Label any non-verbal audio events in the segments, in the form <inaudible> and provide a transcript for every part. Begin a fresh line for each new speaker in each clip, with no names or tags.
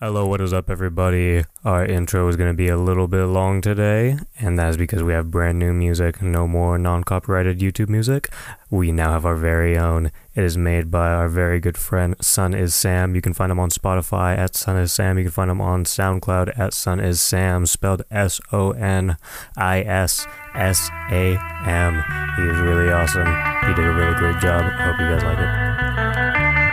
Hello, what is up, everybody? Our intro is going to be a little bit long today, and that is because we have brand new music, no more non copyrighted YouTube music. We now have our very own. It is made by our very good friend, Sun Is Sam. You can find him on Spotify at Sun Is Sam. You can find him on SoundCloud at Sun Is Sam, spelled S O N I S S A M. He is really awesome. He did a really great job. I hope you guys like it.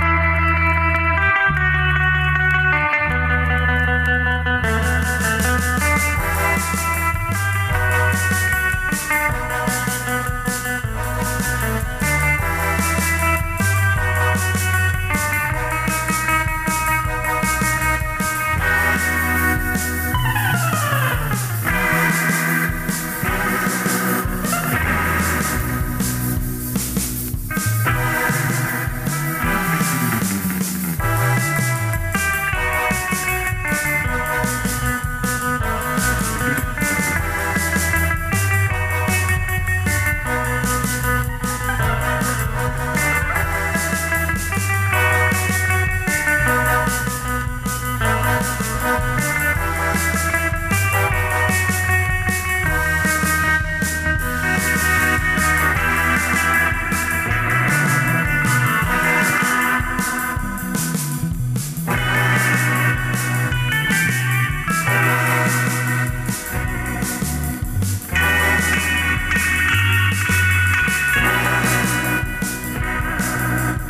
Am I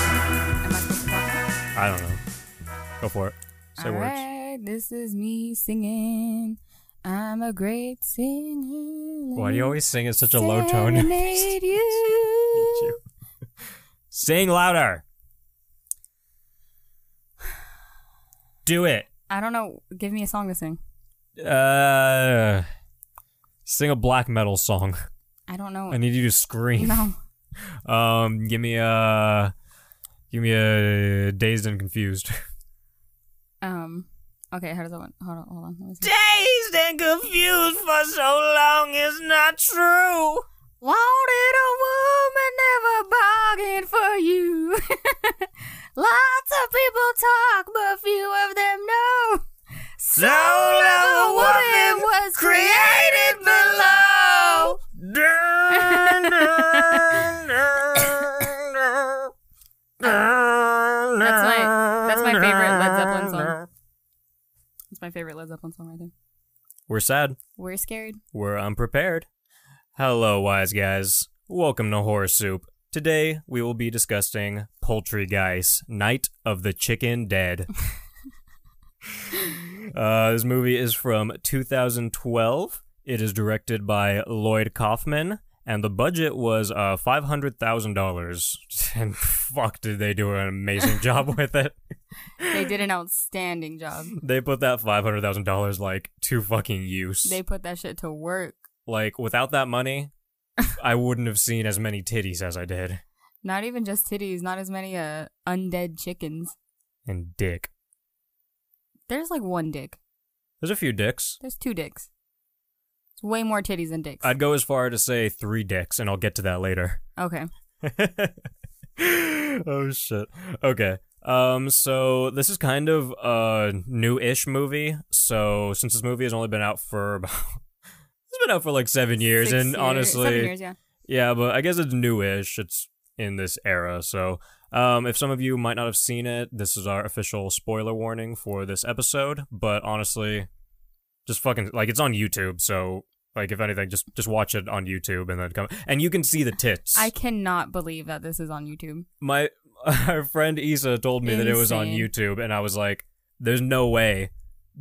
supposed to talk now?
I don't know. Go for it. Say
All
words.
right, this is me singing. I'm a great singer.
Why do you always sing at such a low tone? <laughs>
Serenade you.
Sing louder. Do it.
I don't know. Give me a song to sing.
Uh, sing a black metal song.
I don't know.
I need you to scream.
no.
Um, give me a, give me a dazed and confused. <laughs>
Um. Okay. How does that one? Hold on. Hold on. Let me see.
Dazed and confused for so long is not true.
Wanted a woman, never bargained for you. <laughs> Lots of people talk, but few of them know.
Soul
of a woman was created <laughs> below.
That's
my- that's my favorite Led Zeppelin song. It's my favorite Led Zeppelin song right there.
We're sad.
We're scared.
We're unprepared. Hello, wise guys. Welcome to Horror Soup. Today we will be discussing Poultrygeist, Night of the Chicken Dead. uh, this movie is from 2012. It is directed by Lloyd Kaufman, and the budget was uh, $500,000. <laughs> And fuck, did they do an amazing <laughs> job with it.
They did an outstanding <laughs> job.
They put that $500,000 like to fucking use.
They put that shit to work.
Like without that
<laughs>
money, I wouldn't have seen as many titties as I did.
Not even just titties, not as many uh, undead chickens.
And dick.
There's like one dick.
There's a few dicks.
There's two dicks. It's way more titties than dicks.
I'd go as far to say three dicks, and I'll get to that later. <laughs>
okay.
oh shit. Okay. Um so this is kind of a new-ish movie. So since this movie has only been out for about <laughs> it's been out for like 7 years
Six
and honestly
seven years, yeah.
Yeah, but I guess it's newish. It's in this era, so um, if some of you might not have seen it, this is our official spoiler warning for this episode. But honestly, just fucking like it's on YouTube, so like if anything, just just watch it on YouTube and then come and you can see the tits.
I cannot believe that this is on YouTube.
<laughs> My <laughs> our friend Isa told me that it was on
Insane.
YouTube, and I was like, "There's no way,"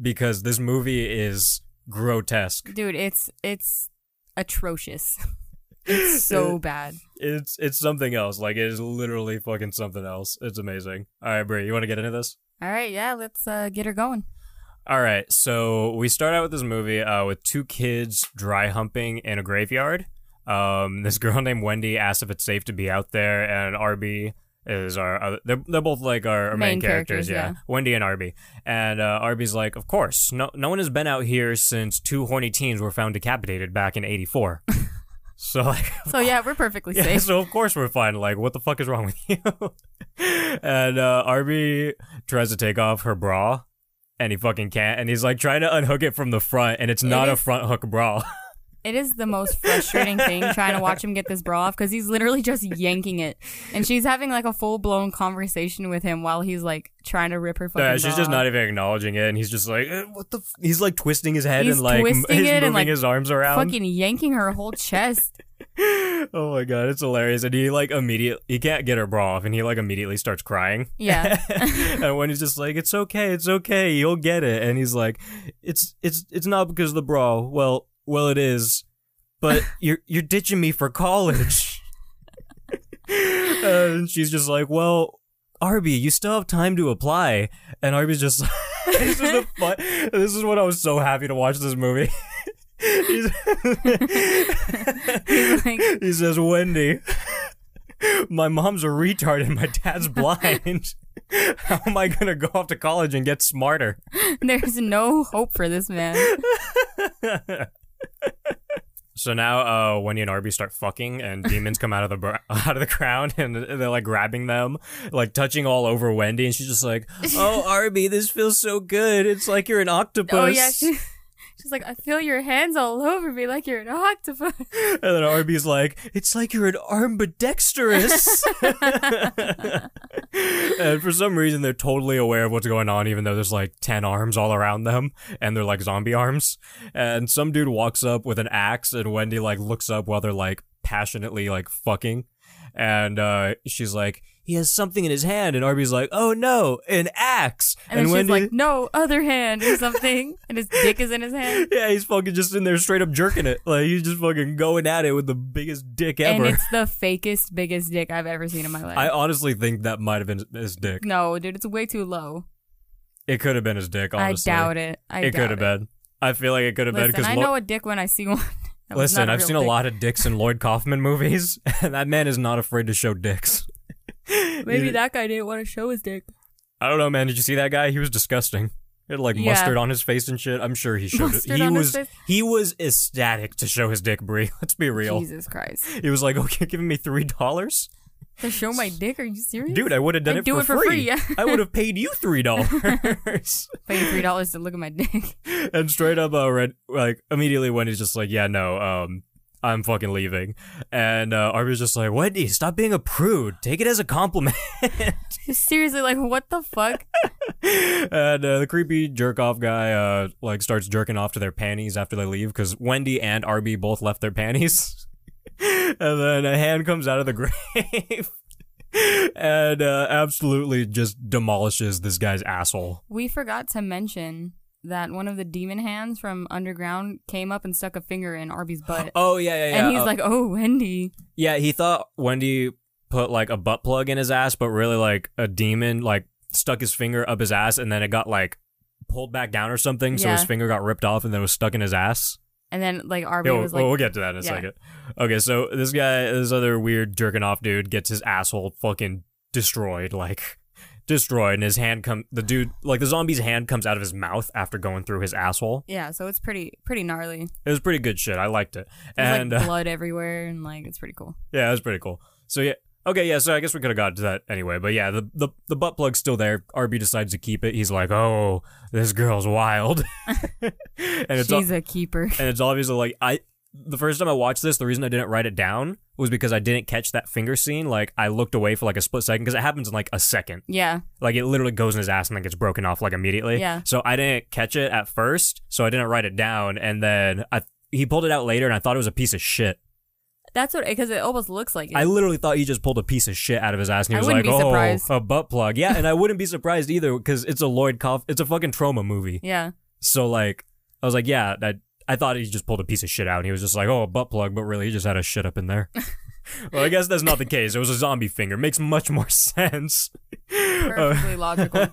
because this movie is grotesque.
Dude, it's it's atrocious. <laughs> It's so bad.
It's it's something else. Like it is literally fucking something else. It's amazing. All right, Brie, you want to get into this?
All right, yeah, let's uh, get her going.
All right, so we start out with this movie uh, with two kids dry humping in a graveyard. Um, this <laughs> girl named Wendy asks if it's safe to be out there, and RB is our other, they're they're both like our, our main,
Main characters, yeah.
Wendy and RB, and uh, RB's like, of
<laughs>
course, no no one has been out here since two horny teens were found decapitated back in '84. So like,
So yeah,
<laughs>
we're perfectly
yeah,
safe.
so of course we're fine. Like, what the fuck is wrong with <laughs> you? and uh, Arby tries to take off her bra, and he fucking can't. And he's like trying to unhook it from the front, and it's not a
is-
front hook bra. <laughs>
It is the most frustrating thing trying to watch him get this bra off because he's literally just yanking it, and she's having like a full blown conversation with him while he's like trying to rip her fucking.
Yeah, she's
bra
just
off.
not even acknowledging it, and he's just like, "Eh, "What the?" F-? He's like twisting his head
He's
and like m-
twisting
he's
it and,
moving
like,
his arms around.
fucking yanking her whole chest.
<laughs> oh my god, it's hilarious! And he like immediately he can't get her bra off, and he like immediately starts crying. <laughs>
Yeah, <laughs>
and when he's just like, "It's okay, it's okay, you'll get it," and he's like, "It's it's it's not because of the bra. Well, well, it is, but you're you're ditching me for college." and she's just like, "Well, Arby, you still have time to apply," and Arby's just <laughs> like. this is the fun. This is when I was so happy to watch this movie. <laughs> He's-
He's like-
he says, Wendy, my mom's a retard and my dad's blind. <laughs> How am I going to go off to college and get smarter?
there's no hope for this man.
So now, uh, Wendy and Arby start fucking, and demons come out of the br- <laughs> out of the ground, and they're like grabbing them, like touching all over Wendy, and she's just like, "Oh, Arby, this feels so good. It's like you're an octopus."
Oh yeah, she, she's like, I feel your hands all over me like you're an octopus.
And then Arby's like, it's like you're an
<laughs>
ambidextrous. and for some reason, they're totally aware of what's going on, even though there's like 10 arms all around them and they're like zombie arms. And some dude walks up with an axe and Wendy like looks up while they're like passionately like fucking. And uh, she's like, he has something in his hand. And Arby's like, oh no, an axe.
And, then she's like, no, other hand or something, and his dick is in his hand.
<laughs> yeah, he's fucking just in there straight up jerking it. Like he's just fucking going at it with the biggest dick ever.
And it's the fakest, biggest dick I've ever seen in my life.
I honestly think that might have been his dick.
no, dude, it's way too low.
It could have been his dick. Honestly,
I doubt it. I
it could
doubt
have been. I feel like it could have been
Listen,
because
I know a dick when I see <laughs> one. That was
listen,
not
I've
real
seen a
dick.
lot of dicks in Lloyd Kaufman movies, <laughs> and that man is not afraid to show dicks.
<laughs> Maybe
You-
that guy didn't want to show his dick.
I don't know, man. Did you see that guy? He was disgusting. He had like
Yeah.
mustard on his face and shit. I'm sure he showed
Mustard
it. He
on his
was
face?
he was ecstatic to show his dick, Brie. <laughs> Let's be real.
Jesus Christ!
He was like, "Okay, giving me three dollars,
To
<laughs>
show my dick? Are you serious?
dude. I would have done
I'd
it,
do
for
it for free, yeah.
I would have paid you three
<laughs>
dollars." <laughs>
paying three dollars to look at my dick. <laughs>
and straight up uh, red like immediately wendy's just like yeah no um i'm fucking leaving and uh, arby's just like wendy stop being a prude take it as a compliment <laughs>
Seriously, like what the fuck?
and uh, the creepy jerk off guy uh like starts jerking off to their panties after they leave because wendy and arby both left their panties <laughs> and then a hand comes out of the <laughs> grave and uh, absolutely just demolishes this guy's asshole
We forgot to mention that one of the demon hands from underground came up and stuck a finger in Arby's butt,
oh yeah yeah
and he's like, "Oh, Wendy."
Yeah, he thought Wendy put like a butt plug in his ass, but really like a demon like stuck his finger up his ass and then it got like pulled back down or something, so his
Yeah.
finger got ripped off and then it was stuck in his ass.
And then like Arby
Yeah, we'll,
was like,
we'll get to that in a
Yeah.
second. Okay, so this guy, this other weird jerking off dude, gets his asshole fucking destroyed, like <laughs> destroyed, and his hand come the dude like the zombie's hand comes out of his mouth after going through his asshole.
"Yeah." So it's pretty pretty gnarly.
It was pretty good shit. I liked it.
There's
and
like
uh,
blood everywhere, and like it's pretty cool.
Yeah, that was pretty cool. So yeah, okay, yeah. So I guess we could have gotten to that anyway. But yeah, the the the butt plug's still there. RB decides to keep it. He's like, oh, this girl's wild, <laughs> and it's al-
She's a keeper. <laughs>
and it's obviously like I. The first time I watched this, the reason I didn't write it down was because I didn't catch that finger scene. Like I looked away for like a split second because it happens in like a second.
Yeah,
Like it literally goes in his ass and then gets broken off like immediately.
Yeah.
So I didn't catch it at first, so I didn't write it down, and then I he pulled it out later, and I thought it was a piece of shit.
that's what because it almost looks like it.
I literally thought he just pulled a piece of shit out of his ass, and he
I
was like,
wouldn't be
"Oh,
surprised."
a butt plug." Yeah, and I wouldn't be surprised either because it's a Lloyd Kauf, it's a fucking trauma movie.
yeah.
So like, I was like, "Yeah," that I thought he just pulled a piece of shit out, and he was just like, "Oh, a butt plug," but really, he just had a shit up in
<laughs>
there. well, I guess that's not the case. It was a zombie finger. Makes much more <laughs> sense. Uh, <laughs>
Perfectly logical.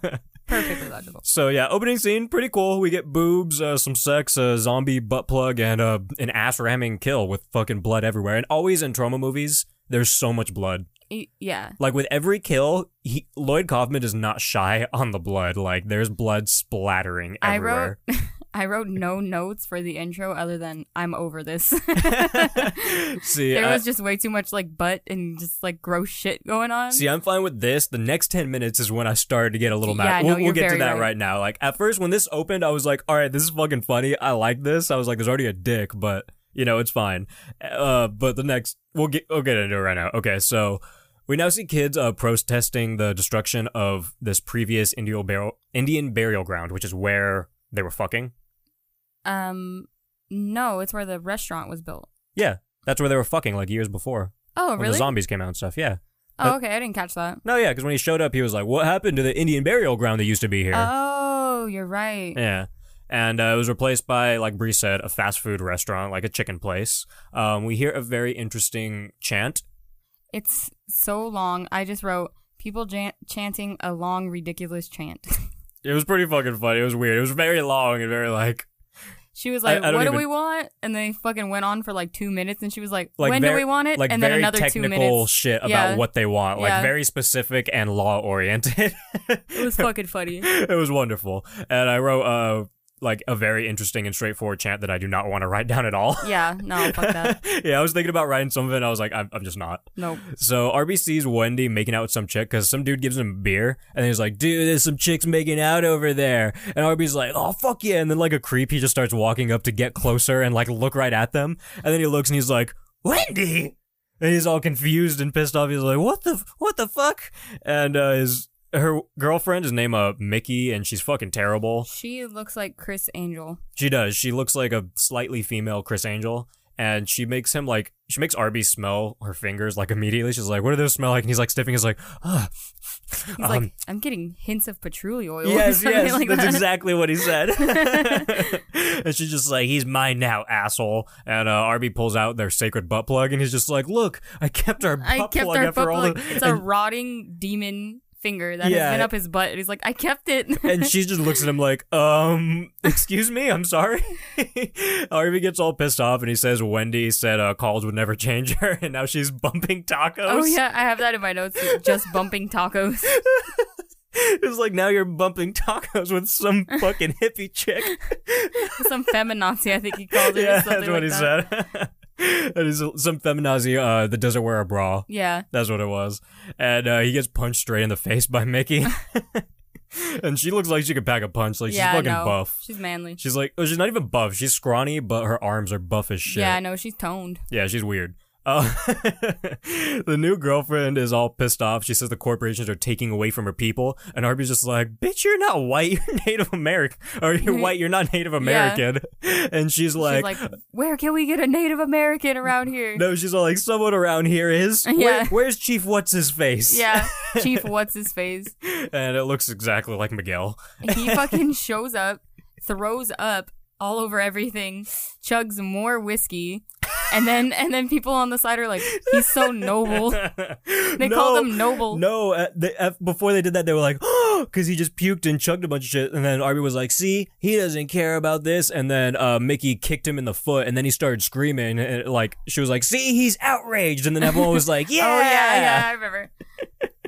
Perfectly logical.
so yeah, opening scene pretty cool. We get boobs, uh, some sex, a zombie butt plug, and uh, an ass ramming kill with fucking blood everywhere. And always in trauma movies, there's so much blood.
E- yeah.
Like with every kill, he, Lloyd Kaufman is not shy on the blood. Like there's blood splattering everywhere.
I wrote I wrote no notes for the intro other than I'm over this. <laughs>
see,
there
I,
was just way too much like butt and just like gross shit going on.
see, I'm fine with this. The next ten minutes is when I started to get a little mad.
Yeah, no,
we'll, we'll
you're
get to
very
that
right.
right now. Like at first, when this opened, I was like, "All right, this is fucking funny. I like this." I was like, "There's already a dick, but you know, it's fine." Uh, but the next, we'll get we'll get into it right now. Okay, so. We now see kids uh, protesting the destruction of this previous Indian burial, Indian burial ground, which is where they were fucking.
Um, no, it's where the restaurant was built.
Yeah, that's where they were fucking like years before.
Oh,
When the
really?
zombies came out and stuff. Yeah.
oh, okay. I didn't catch that.
No, yeah, because when he showed up, he was like, "What happened to the Indian burial ground that used to be here?"
Oh, you're right.
yeah. And uh, it was replaced by, like Bree said, a fast food restaurant, like a chicken place. Um, we hear a very interesting chant.
It's so long. I just wrote people jan- chanting a long, ridiculous chant. <laughs>
It was pretty fucking funny. It was weird. It was very long and very like,
she was
I-
like,
I don't
"What
even-
do we want?" And they fucking went on for like two minutes, and she was like,
like
"When do
very-
we want it?"
Like
and then
very
another two
technical
minutes.
shit about
Yeah.
what they want, like
Yeah.
very specific and law oriented.
It was fucking funny.
<laughs> it was wonderful, and I wrote uh, like a very interesting and straightforward chant that I do not want to write down at all.
yeah. No,
<laughs>
fuck that.
yeah, I was thinking about writing some of it. and I was like, I'm, I'm just not.
Nope.
So RBC's Wendy making out with some chick because some dude gives him beer and he's like, dude, there's some chicks making out over there. And RB's like, oh, fuck yeah. And then, like, a creep, he just starts walking up to get closer and, like, look right at them. And then he looks and he's like, Wendy! And he's all confused and pissed off. He's like, what the, what the fuck? And, uh, his, her girlfriend is named, uh, Mickey and she's fucking terrible.
She looks like Chris Angel.
She does. She looks like a slightly female Chris Angel, and she makes him like she makes Arby smell her fingers like immediately. She's like, "What do those smell like?" And he's like sniffing. He's like, "Ah."
He's
Um,
like, "I'm getting hints of patchouli oil." or
yes,
<laughs> something
yes,
like
that's
that.
exactly what he
<laughs>
said. <laughs> and she's just like, "He's mine now, asshole." And uh, Arby pulls out their sacred butt plug, and he's just like, "Look, I kept our butt
I kept
plug
our
after
butt
all
plug.
the." <laughs>
It's a
and,
rotting demon finger that
Yeah.
has been up his butt. And he's like, I kept it.
and she just looks at him like, um, excuse me, I'm sorry. <laughs> Arby gets all pissed off and he says Wendy said uh, college would never change her <laughs> and now she's bumping tacos.
<laughs> oh yeah, I have that in my notes. too. Just bumping tacos.
<laughs>
<laughs>
It's like now you're bumping tacos with
<laughs>
some fucking hippie chick.
Some feminazi, I think he called it. or
yeah,
something
that's what
like
he
that.
said. <laughs> that is some feminazi uh, that doesn't wear a bra.
Yeah.
That's what it was. And uh, he gets punched straight in the face by Mickey. <laughs> and she looks like she could pack a punch. Like
yeah,
she's fucking
no,
buff.
She's manly.
She's like, oh, she's not even buff. She's scrawny, but her arms are buff as shit.
Yeah, I know. She's toned.
Yeah, she's weird. Uh, <laughs> the new girlfriend is all pissed off. She says the corporations are taking away from her people, and Arby's just like, "Bitch, you're not white. <laughs> You're Native American, or you're white. You're not Native American." <laughs> And she's like,
Mm-hmm. she's like, where can we get a Native American around here?
<laughs> "No, she's all like, someone around here is. Where-
<laughs> Yeah.
where's Chief? What's his face? <laughs>
Yeah, Chief, what's his face?
And it looks exactly like Miguel. <laughs>
He fucking shows up, throws up all over everything, chugs more whiskey, and then and then people on the side are like, he's so noble.
<laughs>
They call
No.
them noble.
No, uh, they, uh, before they did that, they were like, <gasps> because he just puked and chugged a bunch of shit. And then Arby was like, see, he doesn't care about this. And then uh, Mickey kicked him in the foot, and then he started screaming. And, and, like, she was like, see, he's outraged. And then everyone was like, yeah.
<laughs> Oh yeah, yeah, I remember.
<laughs>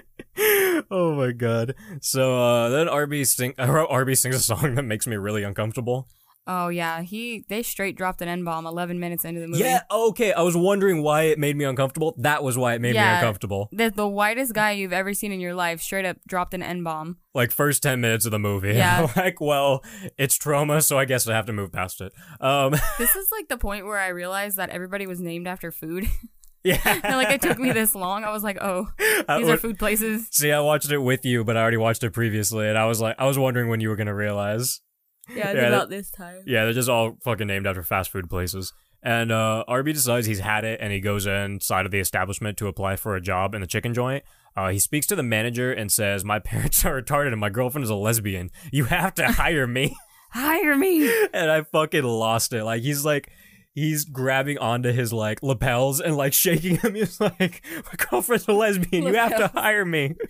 Oh, my God. So uh, then Arby, sing- <laughs> I wrote Arby sings a song that makes me really uncomfortable.
Oh yeah, he they straight dropped an N bomb 11 minutes into the movie.
Yeah, okay. I was wondering why it made me uncomfortable. That was why it made me
Yeah.
uncomfortable.
The, the whitest guy you've ever seen in your life straight up dropped an N bomb.
like first 10 minutes of the movie <laughs>
Yeah.
like well it's trauma so i guess i have to move past it um
This is like the point where I realized that everybody was named after food. <laughs>
yeah
and like it took me this long. I was like, oh,
I
these are
would-
food places.
see i watched it with you but i already watched it previously and i was like i was wondering when you were gonna realize
Yeah,
it's Yeah, about
this time.
yeah they're just all fucking named after fast food places and uh arby decides he's had it and he goes inside of the establishment to apply for a job in the chicken joint uh, he speaks to the manager and says, "My parents are retarded, and my girlfriend is a lesbian. You have to <laughs> hire me."
Hire me.
and I fucking lost it. Like he's like he's grabbing onto his like lapels and like <laughs> shaking him. He's like, My girlfriend's a lesbian, you have to hire me. <laughs>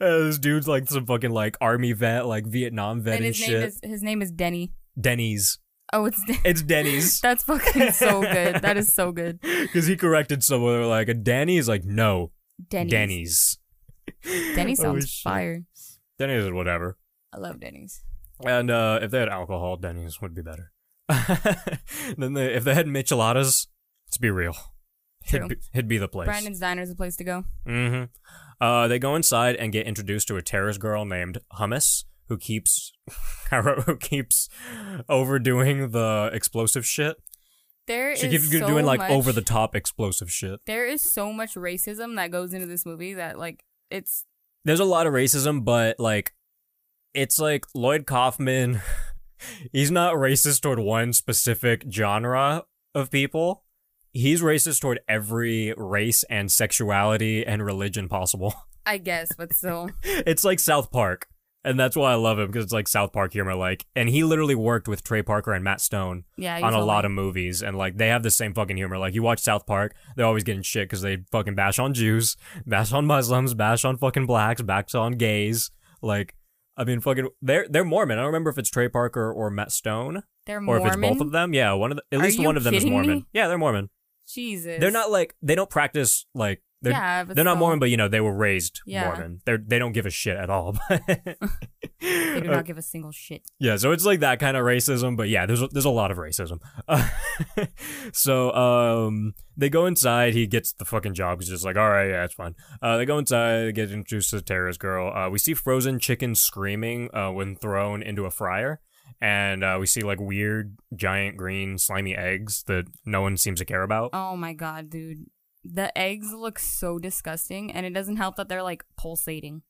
Uh, this dude's like some fucking like army vet, like Vietnam vet
And
and,
his
shit.
name is his name is Denny.
Denny's.
Oh, it's <laughs>
It's Denny's.
that's fucking so good. That is
<laughs>
so good.
Because he corrected someone they were like a Danny is like, no,
Denny's.
Denny's.
Denny
Oh,
sounds
shit.
fire.
Denny's is whatever.
I love Denny's.
And uh, if they had alcohol, Denny's would be better. <laughs> then they, if they had micheladas, let's be real,
True.
it'd be, it'd be the place.
Brandon's Diner is the place to go.
hmm Uh, they go inside and get introduced to a terrorist girl named Hummus, who keeps <laughs> I wrote, who keeps overdoing the explosive shit.
There
She
is
keeps
so
doing like
much-
over the top explosive shit.
There is so much racism that goes into this movie that like it's
There's a lot of racism, but like, it's like Lloyd Kaufman. <laughs> He's not racist toward one specific genre of people. He's racist toward every race and sexuality and religion possible. <laughs>
I guess, but still
it's like South Park, and that's why I love him because it's like South Park humor. Like, and he literally worked with Trey Parker and Matt Stone
yeah.
on a lot of movies, and like they have the same fucking humor. Like, you watch South Park, they're always getting shit because they fucking bash on Jews, bash on Muslims, bash on fucking blacks, bash on gays. Like, I mean, fucking, they're they're Mormon. I don't remember if it's Trey Parker or Matt Stone,
they're
or
Mormon.
if it's both of them. Yeah, one of the, at
Are
least
you
one of them is
kidding
Mormon.
me?
Yeah, they're Mormon.
Jesus,
They're not like they don't practice like they're
yeah, but
they're not
still,
Mormon, but you know they were raised
Yeah.
Mormon. They they don't give a shit at
<laughs>
all. <laughs> Uh,
They do not give a single shit.
yeah, so it's like that kind of racism, but yeah, there's a, there's a lot of racism. <laughs> so um, they go inside. He gets the fucking job. He's just like, all right, yeah, it's fine. Uh, they go inside. They get introduced to the terrorist girl. Uh, we see frozen chicken screaming uh, when thrown into a fryer. And uh, we see like weird, giant, green, slimy eggs that no one seems to care about.
Oh my god, dude. The eggs look so disgusting, and it doesn't help that they're like pulsating.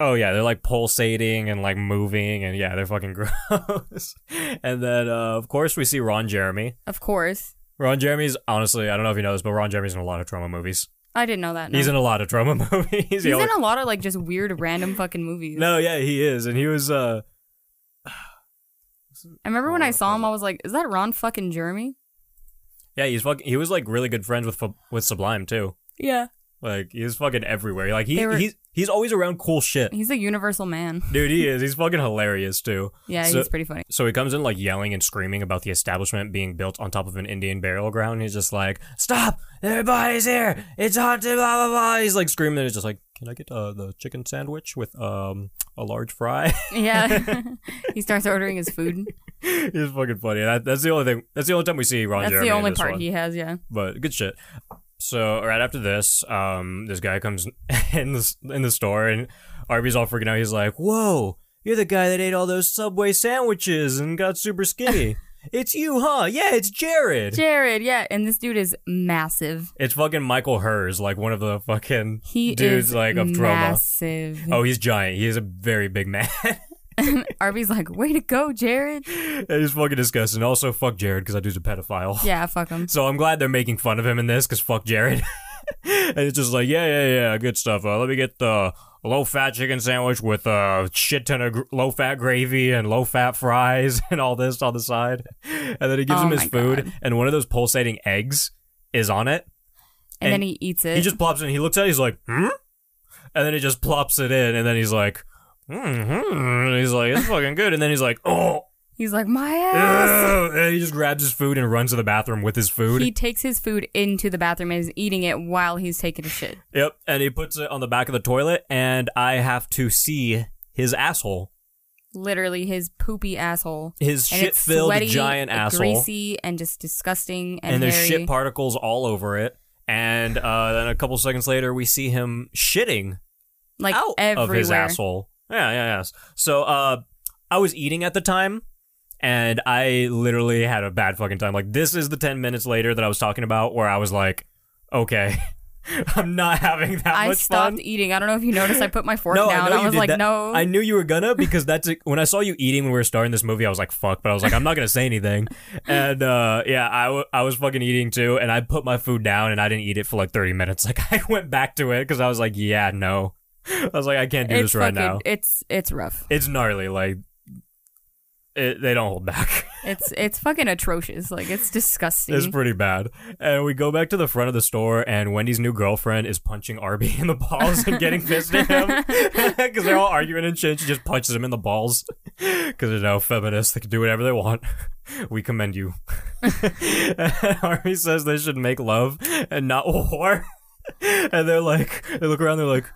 Oh yeah, they're like pulsating and like moving and yeah, they're fucking <laughs> gross. and then uh, of course we see Ron Jeremy.
Of course,
Ron Jeremy's honestly, I don't know if you know this, but Ron Jeremy's in a lot of trauma movies.
I didn't know that. no.
He's in a lot of trauma <laughs> movies. He
He's
always-
in a lot of like just weird, random fucking movies.
no, yeah, he is, and he was uh
I remember
Oh,
when I saw him, I was like, "Is that Ron fucking Jeremy?"
yeah, he's fucking he was like really good friends with Fu- with Sublime too.
Yeah,
Like he was fucking everywhere. Like he
They were-
he's he's always around cool shit.
<laughs> he's a universal man.
Dude, he is. He's fucking hilarious too.
Yeah,
So-
he's pretty <laughs> funny.
So he comes in like yelling and screaming about the establishment being built on top of an Indian burial ground. He's just like, "Stop! Everybody's here! It's haunted!" Blah blah blah. He's like screaming. And he's just like, "Can I get uh, the chicken sandwich with um a large fry?" <laughs>
Yeah, <laughs> he starts ordering his food.
he's fucking funny. That, that's the only thing. That's the only time we see Ron.
That's
Jeremy
the
in
only
this
part
one.
he has. Yeah,
But good shit. So right after this, um, this guy comes <laughs> in the in the store and Arby's all freaking out. He's like, "Whoa, you're the guy that ate all those Subway sandwiches and got super
<laughs>
skinny." It's you, huh? Yeah, it's Jared.
Jared. Yeah, and this dude is massive.
It's fucking Michael Hers, like one of the fucking
He
dudes
is
like of trauma.
massive.
Oh, he's giant. He is a very big man. <laughs> Oh.
<laughs> Arby's like, "Way to go, Jared."
it's fucking disgusting. Also, fuck Jared because that dude's a pedophile.
Yeah, fuck him.
So I'm glad they're making fun of him in this because fuck Jared. <laughs> and it's just like, yeah, yeah, yeah, good stuff. Uh, let me get the low fat chicken sandwich with a shit ton of gr- low fat gravy and low fat fries <laughs> and all this on the side. And then he gives
Oh
him his
my
food,
God.
and one of those pulsating eggs is on it.
And, then
And
he eats it.
He just plops it in. He looks at it. He's like, hmm? And then he just plops it in. And then he's like, mm-hmm. And he's like, it's fucking good. And then he's like,
<laughs>
oh.
He's like, my ass.
ugh," And he just grabs his food and runs to the bathroom with his food.
He takes his food into the bathroom and is eating it while he's taking a shit.
yep. And he puts it on the back of the toilet. And I have to see his asshole.
Literally, his poopy asshole.
His
And
shit
it's
filled
sweaty,
giant
and
asshole.
greasy, and just disgusting. And,
and there's
hairy.
shit particles all over it. And uh, then a couple seconds later, we see him shitting
like
out
everywhere.
of his asshole. Yeah, yeah, yes. So uh, I was eating at the time, and I literally had a bad fucking time. Like this is the ten minutes later that I was talking about, where I was like, okay, <laughs> I'm not having that
I
much
stopped
fun.
eating. I don't know if you noticed. I put my fork
No,
down.
I know you
was
did
like,
that.
no.
I knew you were gonna <laughs> because that's when I saw you eating when we were starting this movie. I was like, "Fuck!" But I was like, "I'm not gonna say
<laughs>
anything." And uh, yeah, I, w- I was fucking eating too, and I put my food down and I didn't eat it for like 30 minutes. <laughs> Like I went back to it because I was like, "Yeah, no." <laughs> I was like, "I can't do
it's
this right
fucking,
now."
It's it's rough.
it's gnarly. Like it, they don't hold back. <laughs>
It's it's fucking atrocious. Like it's disgusting.
it's pretty bad. And we go back to the front of the store, and Wendy's new girlfriend is punching Arby <laughs> in the balls and getting fisted him <laughs> because they're all arguing and shit. She just punches him in the balls <laughs> because you know feminists they can do whatever they want. <laughs> We commend you. <laughs> Arby says they should make love and not war. <laughs> and they're like, they look around, they're like,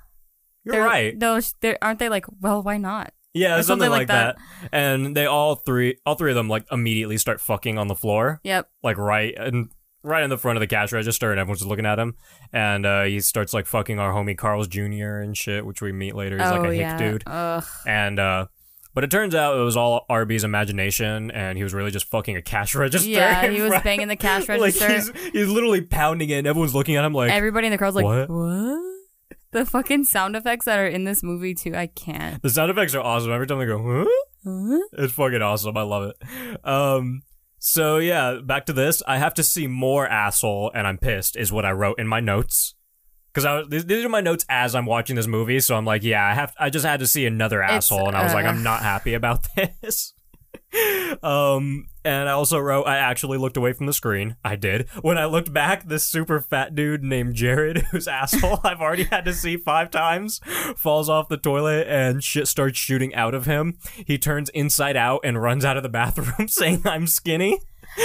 you're
They're-
right.
Those they're, aren't they like? Well, why not?
Yeah,
Or
something,
something
like
like
that. And they all three, all three of them, like immediately start fucking on the floor,
Yep.
like right and right in the front of the cash register, and everyone's just looking at him. And uh, he starts like fucking our homie Carl's Jr. and shit, which we meet later. He's
oh
like a hick
yeah.
dude.
Ugh.
And uh, but it turns out it was all Arby's imagination, and he was really <laughs> just fucking a cash register. <laughs>
Yeah,
in
he was
front-
banging the cash
like
register.
he's he's literally pounding it. And everyone's looking at him like.
Everybody in the crowd's like,
What?
what? The fucking sound effects that are in this movie too, I can't.
the sound effects are awesome. Every time they go, huh?
Huh?
It's fucking awesome. I love it. Um, so yeah, back to this. I have to see more asshole, and I'm pissed. Is what I wrote in my notes. Because I was, these, these are my notes as I'm watching this movie, so I'm like, yeah, I have. I just had to see another
It's,
asshole, and I was like,
uh,
I'm not happy about <laughs> this. um, and I also wrote, I actually looked away from the screen. I did. When I looked back, this super fat dude named Jared, <laughs> whose asshole I've already had to see five times, falls off the toilet and shit starts shooting out of him. He turns inside out and runs out of the <laughs> bathroom saying, "I'm skinny."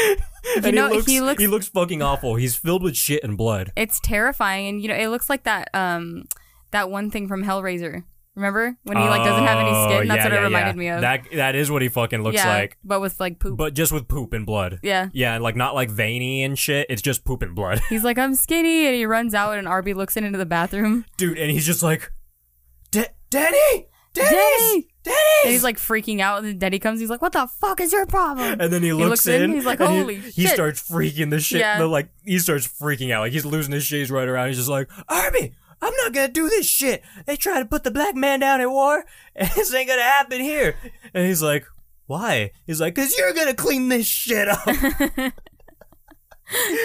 <laughs> and
know,
he looks,
he looks-
he looks fucking awful. He's filled with shit and blood.
It's terrifying, and you know, it looks like that um that one thing from Hellraiser. Remember when he like doesn't have any
Oh,
skin? That's
yeah,
what
yeah,
it
yeah.
reminded me of.
That that is what he fucking looks
yeah,
like,
but with like poop.
but just with poop and blood.
yeah,
Yeah, and like not like veiny and shit. It's just poop and blood, <laughs>
he's like, I'm skinny, and he runs out, and Arby looks in into the bathroom.
dude. And he's just like, "Da- Daddy, Dennis,
Daddy!"
Dennis.
And he's like freaking out, and then Daddy comes. He's like, "What the fuck is your problem?"
And then he looks,
looks in,
in,
he's like,
and he-
"Holy
he,
shit."
starts freaking the shit.
Yeah.
the, like he starts freaking out. Like he's losing his shit. He's right around. He's just like, Army, I'm not gonna do this shit. They try to put the black man down at war, <laughs> and this ain't gonna happen here. And he's like, Why? He's like, Cause you're gonna clean this shit up.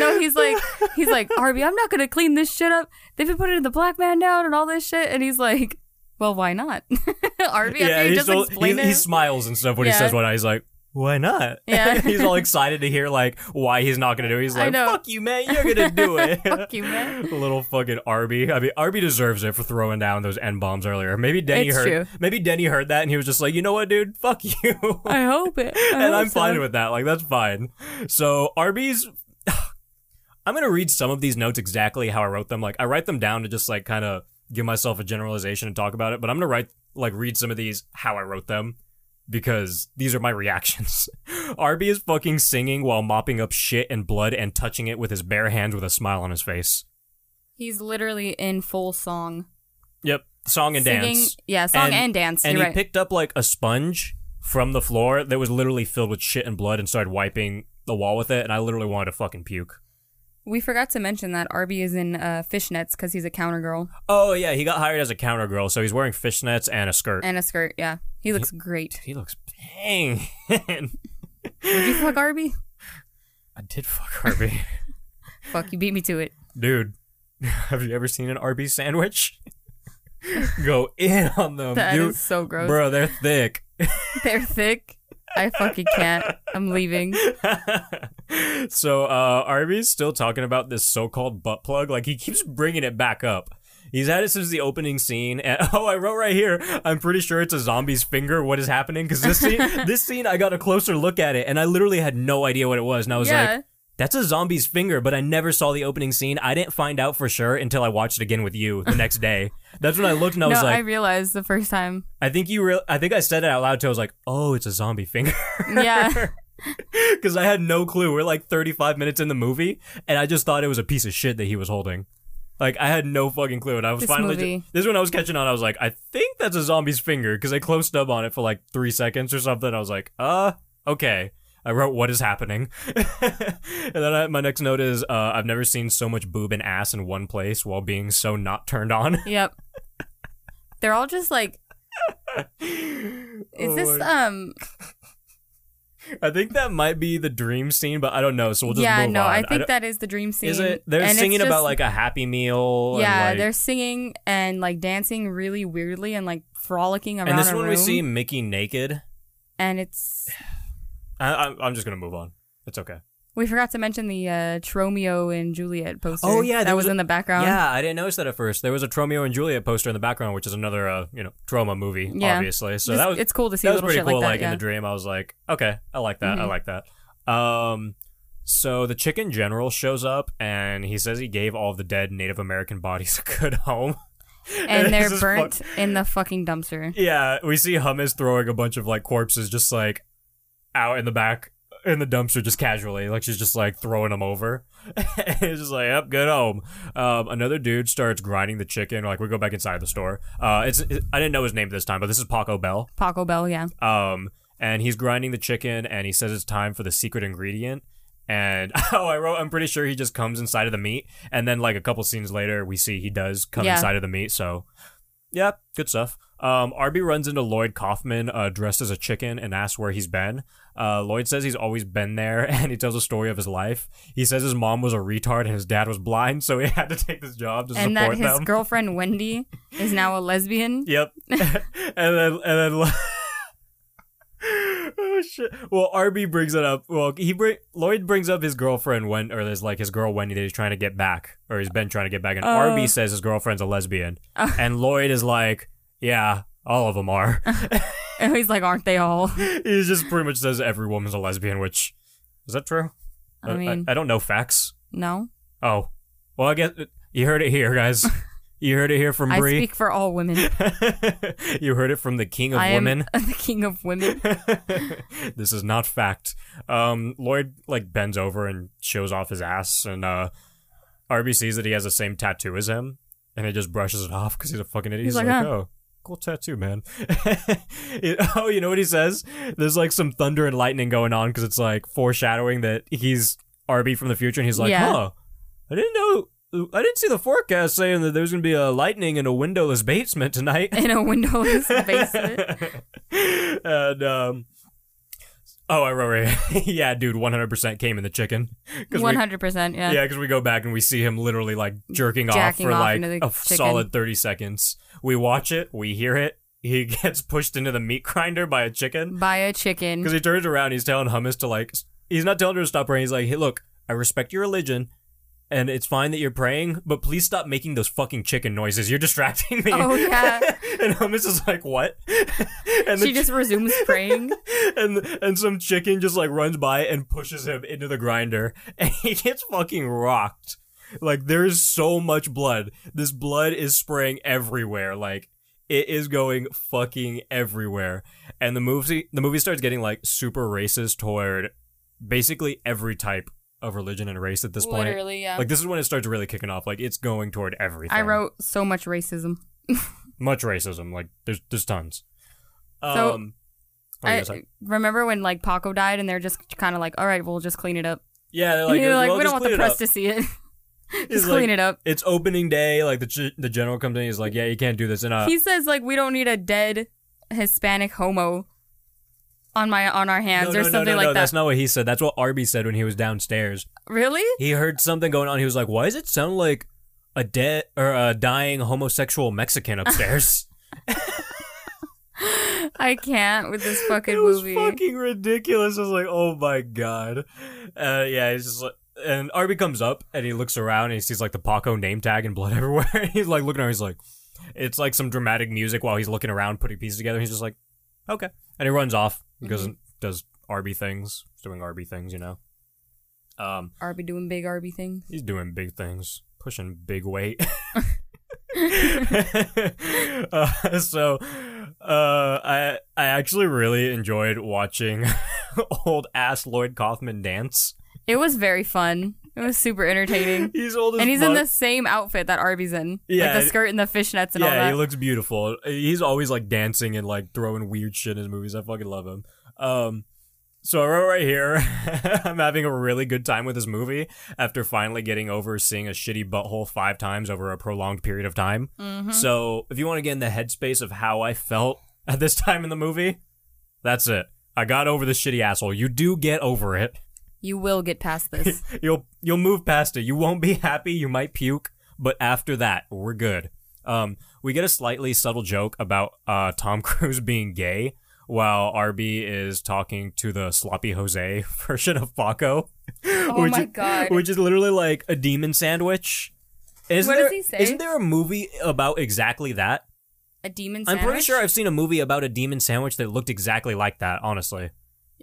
No, he's like, he's like, Arby, I'm not gonna clean this shit up. They've been putting the black man down and all this shit, and he's like, well, why not, <laughs> Arby? after you
he's
just
all-
explained
he,
it.
he smiles and stuff when he
Yeah.
says what I. He's like, Why not? <laughs>
Yeah.
he's all excited to hear like why he's not gonna do it. He's
I
like,
know.
Fuck you, man. You're gonna
<laughs>
do it.
Fuck you, man.
<laughs> little fucking Arby. I mean, Arby deserves it for throwing down those n bombs earlier. Maybe Denny
It's
heard.
true.
Maybe Denny heard that and he was just like, you know what, dude, fuck you. <laughs>
I hope it. I
and
hope
I'm
so.
fine with that. Like that's fine. So Arby's. <sighs> I'm gonna read some of these notes exactly how I wrote them. Like I write them down to just like kind of give myself a generalization and talk about it. But I'm gonna write like read some of these how I wrote them because these are my <laughs> reactions. Arby is fucking singing while mopping up shit and blood and touching it with his bare hands with a smile on his face.
He's literally in full song,
Yep, song and
singing,
dance.
yeah, song and, dance.
And
You're
he
right.
picked up like a sponge from the floor that was literally filled with shit and blood and started wiping the wall with it. And I literally wanted to fucking puke.
we forgot to mention that Arby is in uh, fishnets because he's a counter girl
Oh yeah, he got hired as a counter girl, so he's wearing fishnets and a skirt.
and a skirt. Yeah, he looks great.
he looks bang.
Would you fuck Arby?
<laughs> I did fuck Harvey,
Fuck, you beat me to it.
<laughs> dude. <laughs> Have you ever seen an Arby's sandwich? <laughs> Go in on them,
That is
dude.
so gross.
Bro, they're thick.
They're thick. I fucking can't. I'm leaving.
<laughs> so uh Arby's still talking about this so-called butt plug. Like he keeps bringing it back up. He's had it since the opening scene. And, <laughs> oh, I wrote right here. I'm pretty sure it's a zombie's finger. What is happening? Because this
<laughs>
scene, this scene, I got a closer look at it, and I literally had no idea what it was. And I was
yeah.
like, "That's a zombie's finger," but I never saw the opening scene. I didn't find out for sure until I watched it again with you the next day. That's when I looked and I
<laughs> no,
was
I
like,
realized the first time.
I, think you real." I think I said it out loud too. I was like, "Oh, it's a zombie finger."
Yeah.
<laughs> because I had no clue. We're like 35 minutes in the movie, and I just thought it was a piece of shit that he was holding. Like I had no fucking clue, and I was
This
finally
movie.
this is when I was catching on. I was like, I think that's a zombie's finger because I closed up on it for like three seconds or something. I was like, uh, okay. I wrote what is happening, <laughs> and then I, my next note is uh, I've never seen so much boob and ass in one place while being so not turned on. <laughs>
yep. They're all just like, is
Oh
this
my-
um?
I think that might be the dream scene, but I don't know. So we'll just
yeah,
move
no,
on.
I
don't-
think that is the dream scene.
Is it? They're
and it's
singing about
just-
like a happy meal.
Yeah,
and, like,
they're singing and like dancing really weirdly and like frolicking around.
and this
a
one
room,
we see Mickey naked.
and it's
I, I, I'm just gonna move on. It's okay.
we forgot to mention the uh Tromeo and Juliet poster.
Oh, yeah, there
that
was
was
a-
in the background.
Yeah, I didn't notice that at first. There was a Tromeo and Juliet poster in the background, which is another uh, you know trauma movie,
Yeah.
obviously. So
Just-
that was
it's cool to see
that was
little
pretty
shit
cool.
like that. yeah.
in the dream, I was like, okay, I like that. I
Mhm.
like that. Um, so the chicken <laughs> general shows up and he says he gave all the dead Native American bodies a good home. <laughs>
and
it's
they're
just
burnt in the fucking dumpster.
Yeah, we see Hummus throwing a bunch of like corpses just like out in the back in the dumpster just casually. Like she's just like throwing them over. <laughs> and it's just like, yep, good home. Um, another dude starts grinding the chicken. Like we go back inside the store. Uh, it's it- I didn't know his name this time, but this is Paco Bell.
Paco Bell, yeah.
Um, and he's grinding the chicken, and he says it's time for the secret ingredient. And <laughs> oh, I wrote. I'm pretty sure he just comes inside of the meat, and then like a couple scenes later, we see he does come
Yeah.
inside of the meat. So, yeah, good stuff. Um, Arby runs into Lloyd Kaufman uh, dressed as a chicken and asks where he's been. Uh, Lloyd says he's always been there, <laughs> and he tells a story of his life. He says his mom was a retard and his dad was blind, so he <laughs> had to take this job to
And that
support
his
them.
girlfriend Wendy is now a lesbian. <laughs>
Yep. and then and then <laughs> Oh shit. Well, Arby brings it up. Well, he bring Lloyd brings up his girlfriend when or there's like his girl Wendy that he's trying to get back or he's been trying to get back and
Oh.
Arby says his girlfriend's a lesbian.
<laughs>
and Lloyd is like, "Yeah, all of them are." <laughs>
And he's like, aren't they all?
he just pretty much says every woman's a lesbian, which is that true?
I mean-
I, I don't know facts.
No.
Oh. Well, I guess you heard it here,
<laughs>
guys. you heard it here from
I
Bree.
speak for all women.
<laughs> you heard it from the king of
I am
women.
<laughs> the king of women.
<laughs> this is not fact. Um, Lloyd like bends over and shows off his ass, and uh, Arby sees that he has the same tattoo as him, and he just brushes it off because he's a fucking idiot.
He's
He's,
like,
like,
"Huh."
oh. Cool tattoo, man. <laughs> It- oh, you know what he says? There's like some thunder and lightning going on because it's like foreshadowing that he's Arby from the future, and he's like,
Yeah.
"Huh, I didn't know, I didn't see the forecast saying that there's gonna be a lightning in a windowless basement tonight."
In
<laughs>
a windowless basement.
and um oh I remember <laughs> yeah dude 100% came in the chicken 'Cause we,
100%, yeah.
yeah because we go back and we see him literally like jerking
Jacking
off for
off
like
into
a
the
f-
chicken.
solid 30 seconds we watch it we hear it he <laughs> gets pushed into the meat grinder by a chicken
Buy a
<laughs>
chicken.
because he turns around he's telling hummus to like s- he's not telling her to stop praying he's like hey look I respect your religion and it's fine that you're praying but please stop making those fucking chicken noises you're distracting me
Oh, yeah.
<laughs> and hummus is like what <laughs> and the
she
<laughs>
just resumes praying.
and and some chicken just like runs by and pushes him into the grinder <laughs> and he gets fucking rocked like there is so much blood this blood is spraying everywhere like it is going fucking everywhere and the movie the movie starts getting like super racist toward basically every type of religion and race at this point
Literally, yeah.
like this is when it starts really kicking off like it's going toward everything
I wrote so much racism.
much racism like there's there's tons
So-
um oh,
I
yes, I-
remember when like Paco died, and they're just kind of like, "All right, we'll just clean it up."
yeah they're
Like,
like,
<laughs> you're like,
"Well,
"We
just
don't want
clean
the
it
press
up."
to see it. <laughs>
He's
just
like,
clean it up."
it's opening day. Like the g- the general comes in, he's like, "Yeah, you can't do this." And uh,
he says like, "We don't need a dead Hispanic homo on my on our
no,
hands
no,
or
no,
something
no,
like
no,
that."
that's not what he said. That's what Arby said when he was downstairs.
really? <laughs>
He heard something going on. He was like, "Why does it sound like a dead or a dying homosexual Mexican
<laughs>
upstairs?"
I can't with this fucking
<laughs> it was
movie.
fucking ridiculous. I was like, "Oh my god!" Uh, yeah, he's just like. And Arby comes up and he looks around and he sees like the Paco name tag and blood <laughs> everywhere. he's like looking around. He's like, it's like some dramatic music while he's looking around putting pieces together. He's just like, okay, and he runs off. He
Mm-hmm.
goes and does Arby things, He's doing Arby things, you know. Um,
Arby doing big Arby things.
he's doing big things, pushing big
<laughs>
weight. <laughs> uh, so uh, I I actually really enjoyed watching <laughs> old ass Lloyd Kaufman dance.
It was very fun. It was super
<laughs>
entertaining.
He's old as
And he's
fuck.
in the same outfit that Arby's in,
Yeah,
like the
it-
skirt and the fishnets and all
yeah,
that.
he looks beautiful. He's always like dancing and like throwing weird shit in his movies. I fucking love him. Um, so I wrote right here, <laughs> I'm having a really good time with this movie after finally getting over seeing a shitty butthole five times over a prolonged period of time.
Mm-hmm.
So if you want to get in the headspace of how I felt <laughs> at this time in the movie, that's it. I got over the shitty asshole. You do get over it.
you will get
<laughs>
past this.
You'll you'll move past it. You won't be happy. You might puke, but after that, we're good. Um, we get a slightly subtle joke about uh, Tom <laughs> Cruise being gay while RB is talking to the sloppy Jose <laughs> version of Paco.
Oh
which
my
is-
God.
Which is literally like a demon sandwich. Isn't
What does
there,
he say?
Isn't there a movie about exactly that?
a demon.
I'm pretty
sandwich?
sure I've seen a movie about a demon sandwich that looked exactly like that. Honestly,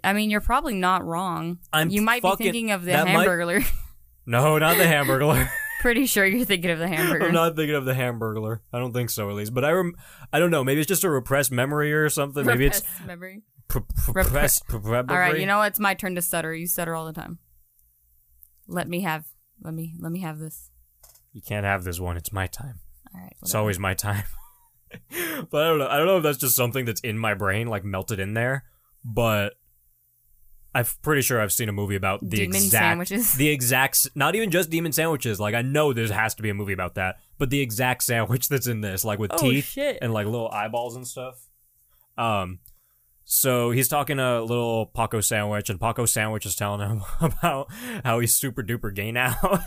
I mean, you're probably not wrong.
I'm
you might
fucking-
be thinking of the
that might-
hamburger. <laughs>
no, not the <laughs> Hamburglar.
Pretty sure you're thinking of the hamburger.
<laughs> I'm not thinking of the Hamburglar. I don't think so, at least. But I rem- I don't know. Maybe it's just a repressed memory or something. Maybe it's
Repressed memory.
pr- pr- repressed. Repre-
All right, you know what? It's my turn to stutter. You stutter all the time. Let me have. Let me. Let me have this.
You can't have this one. It's my time.
All right.
It's
whatever.
always my time. <laughs> but I don't know. I don't know if that's just something that's in my brain, like melted in there. But I'm pretty sure I've seen a movie about the
Demon
exact
sandwiches.
the exact s- not even just demon sandwiches. Like I know there has to be a movie about that, but the exact sandwich <laughs> that's in this, like with
Oh,
teeth
shit.
and like little eyeballs and stuff. Um. So he's talking to little Paco Sandwich, and Paco Sandwich is telling him <laughs> about how he's super duper gay now, <laughs>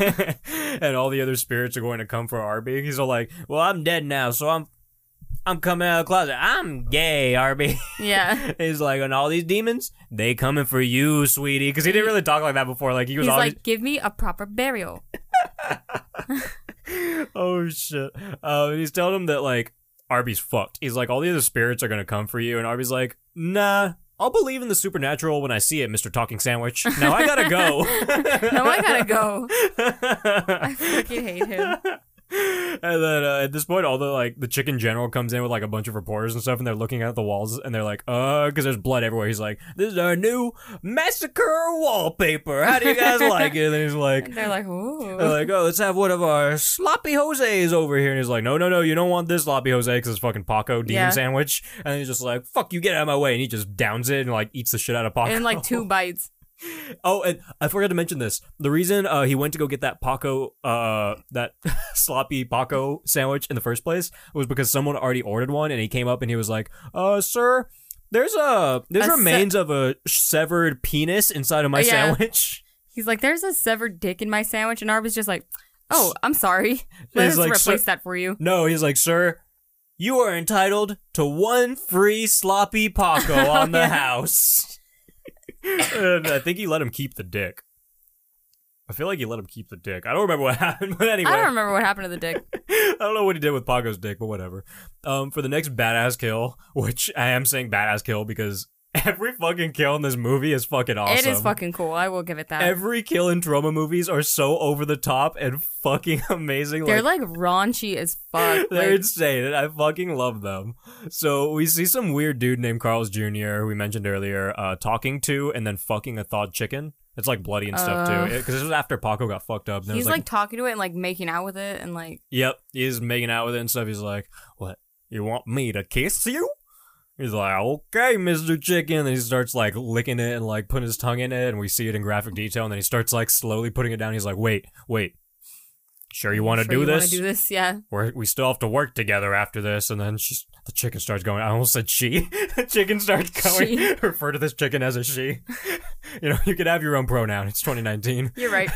and all the other spirits are going to come for Arby. He's all like, "Well, I'm dead now, so I'm, I'm coming out of the closet. I'm gay, Arby."
<laughs> yeah.
<laughs> he's like, "And all these demons, they coming for you, sweetie," because he didn't really talk like that before. Like he was
He's
always,
like, give me a proper burial.
oh shit. Um, he's telling him that like Arby's fucked. He's like, all the other spirits are gonna come for you, and Arby's like, nah. I'll believe in the supernatural when I see it, Mr. Talking Sandwich. Now I gotta go.
No, I gotta
<laughs>
go. I
I
freaking hate him.
<laughs> and then uh, at this point, all the like the chicken general comes in with like a bunch of reporters and stuff, and they're looking at the walls and they're like, "Uh," because there's blood everywhere. He's like, "This is our new massacre wallpaper. How do you guys like it?" And he's like,
They're like, ooh.
they're like, oh, let's have one of our sloppy Jose's over here. And he's like, no, no, no, you don't want this sloppy Jose because it's fucking Paco demon
Yeah.
sandwich. And he's just like, fuck you, get out of my way. And he just downs it and like eats the shit out of Paco.
in like two bites.
Oh, and I forgot to mention this. The reason uh, he went to go get that Paco, uh, that <laughs> sloppy Paco sandwich in the first place was because someone already ordered one, and he came up and he was like, "Uh, sir, there's a there's
A se-
remains of a severed penis inside of my
Yeah.
sandwich." <laughs>
He's like, there's a severed dick in my sandwich. And Arby's just like, oh,
<laughs>
I'm sorry.
He's
Let's
like,
replace
"Sir-
that for you.
No, he's like, sir, you are entitled to one free sloppy
<laughs>
Paco on the house. and I think he let him keep the dick. I feel like he let him keep the dick. I don't remember what <laughs> happened, but anyway,
I don't remember what happened to the dick.
know what he did with Paco's dick, but whatever. Um, for the next badass kill, which I am saying badass kill because <laughs> every fucking kill in this movie is fucking awesome.
It is fucking cool. I will give it that.
Every kill in trauma movies are so over the top and fucking <laughs> amazing.
They're
like,
like
<laughs>
raunchy as fuck.
They're
Like,
insane, and I fucking love them. So we see some weird dude named Carl's Jr. who we mentioned earlier, uh, talking to and then fucking a thawed chicken. It's like bloody and stuff
Uh.
too, because this was after Paco got fucked up. And there
he's
was,
like, talking to it and like making out with it and like
"Yep, he's making out with it and stuff." He's like, "What? You want me to kiss you?" He's like, "Okay, Mister Chicken." And he starts like licking it and like putting his tongue in it, and we see it in graphic detail. And then he starts like slowly putting it down. He's like, "Wait, wait." Sure, you want to
sure
do
you wanna
this?
Do this? Yeah.
we're, we still have to work together after this. And then she's, the chicken starts going. I almost said she. <laughs> chicken starts going. <laughs>
She.
Refer to this chicken as a she. <laughs> you know, you can have your own pronoun. It's 2019.
You're
<laughs>
right.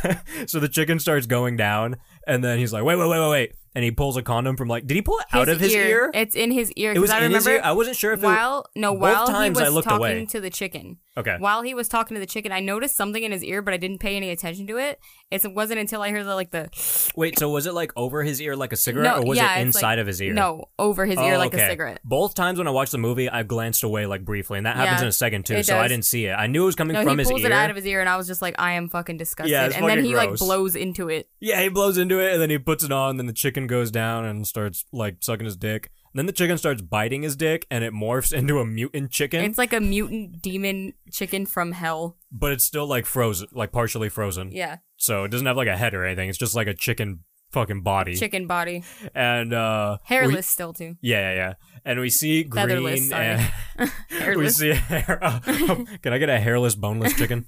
so the chicken starts going down, and then he's like, "Wait, wait, wait, wait, wait!" And he pulls a condom from like, did he pull it out of his ear?
It's in his ear.
It was
'cause I
in
remember
his ear. I wasn't sure if
while no
both
while
times
he
I
was
looked
talking
away.
to the chicken.
it. Okay.
While he was talking to the chicken, I noticed something in his ear, but I didn't pay any attention to it. It's, it wasn't until I heard the like the
Wait. So was it like over his ear, like a cigarette,
no,
or was
yeah,
it
it's
inside
like-
of his ear?
No, over his ear
Oh,
like
okay.
a cigarette.
Both times when I watched the movie, I glanced away like briefly, and that
Yeah,
happens in a second too.
it
So I
does.
didn't see it. I knew it was coming
No,
from
he
his
pulls
ear.
it out of his ear, and I was just like, I am fucking disgusted.
Yeah, it's
and then
fucking
he like
gross.
blows into it.
Yeah, he blows into it and then he puts it on. Then the chicken goes down and starts like sucking his dick. And then the chicken starts biting his dick and it morphs <laughs> into a mutant chicken,
It's like a mutant demon chicken from hell.
but it's still like frozen, like partially frozen.
Yeah,
So it doesn't have like a head or anything. It's just like a chicken fucking body.
chicken body,
and uh
hairless
we-
still too.
yeah, yeah, yeah. And we see
Featherless,
green <laughs>
sorry.
and <laughs> we
Hairless.
see a
<laughs>
hair. <laughs> can I get a hairless boneless chicken?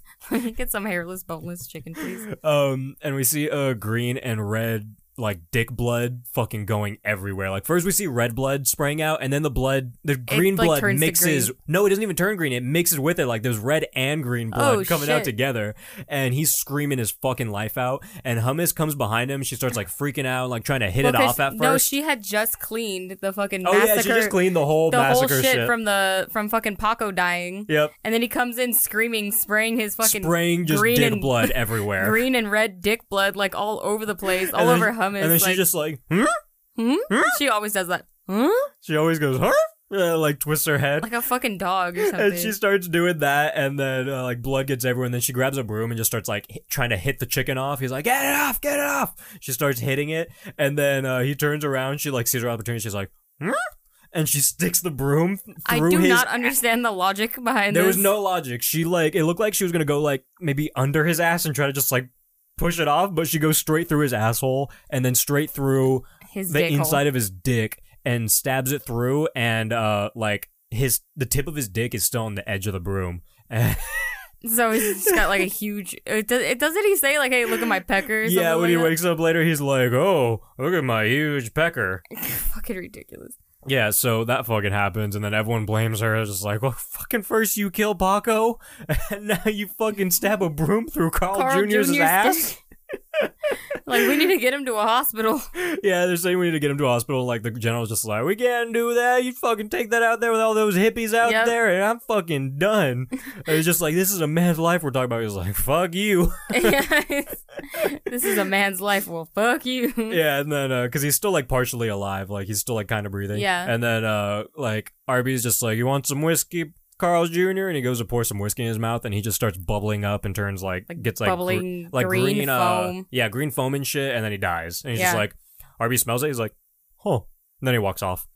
Get some hairless, boneless chicken, please.
Um, and we see uh green and red like dick blood fucking going everywhere. Like first we see red blood spraying out, and then the blood, the green
like,
blood
turns to
mixes. No, it doesn't even turn green. It mixes with it. Like there's red and green blood
Oh,
coming out
shit.
together, and he's screaming his fucking life out. And hummus comes behind him. She starts like freaking out, like trying to hit it
Well, 'cause
off at first.
No, she had just cleaned the fucking
oh
massacre.
yeah, she just cleaned the whole
the whole
massacre
shit, from the from fucking Paco dying.
Yep.
And then he comes in screaming, spraying his fucking
spraying just
green
dick
and, <laughs>
blood everywhere.
green and red dick blood like all over the place, all
And then-
over hummus.
And then
like,
she's just like, hmm?
"Hmm?" She always does that. Hmm?
She always goes, huh? uh, like twists her head.
like a fucking dog or something.
And she starts doing that, and then uh, like blood gets everywhere. And then she grabs a broom and just starts like hit, trying to hit the chicken off. He's like, "Get it off! Get it off!" She starts hitting it, and then uh, he turns around. She like sees her opportunity. She's like, "Hmm?" and she sticks the broom th-
I
through
do
his.
not understand the logic behind
there
this.
was no logic. She like it looked like she was gonna go like maybe under his ass and try to just like push it off, but she goes straight through his asshole and then straight through
his
the
dick hole.
inside of his dick and stabs it through and uh like his the tip of his dick is still on the edge of the broom and
So he's just got like a huge. <laughs> It, does, it doesn't he say like, "Hey, look at my pecker"? Or
yeah
something
when he
like
wakes up later he's like oh look at my huge pecker
that? <laughs> fucking ridiculous.
yeah so that fucking happens and then everyone blames her it's just like well fucking first you kill paco <laughs> and now you fucking stab a broom through carl,
Carl
jr's,
Jr.'s
ass
<laughs> Like we need to get him to a hospital.
<laughs>
<laughs>
yeah they're saying we need to get him to a hospital like the general's just like we can't do that you fucking take that out there with all those hippies out
Yep.
there and i'm fucking
<laughs>
done it's just like this is a man's life we're talking about he's like fuck you
this is a man's life. Well, fuck you.
<laughs>
<laughs>
Yeah, and then because he's still like partially alive, like he's still like kind of breathing.
Yeah.
and then uh, like Arby's just like, "You want some whiskey, Carl's Jr.?" and he goes to pour some whiskey in his mouth, and he just starts bubbling up and turns like,
Like,
gets like gr-
bubbling
like
green
uh,
foam.
yeah, green foam and shit, and then he dies. And he's just
Yeah.
like, Arby smells it, he's like, "Huh," and then he walks off.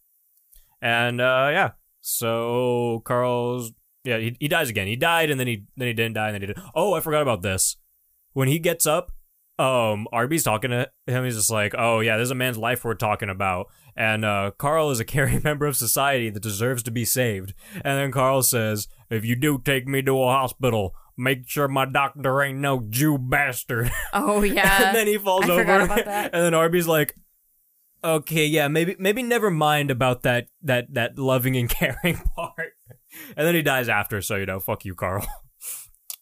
And uh, yeah, so Carl's yeah, he, he dies again. He died, and then he then he didn't die, and then he did. Oh, I forgot about this. When he gets up, um, Arby's talking to him. He's just like, "Oh yeah, there's a man's life we're talking about." And uh, Carl is a caring <laughs> member of society that deserves to be saved. And then Carl says, "If you do take me to a hospital, make sure my doctor ain't no Jew bastard." <laughs>
Oh
and
yeah.
then he falls
I
over.
forgot about that.
And then Arby's like, "Okay, yeah, maybe maybe never mind about that that that loving and <laughs> caring part." And then he dies after, so you know, fuck you, Carl. <laughs>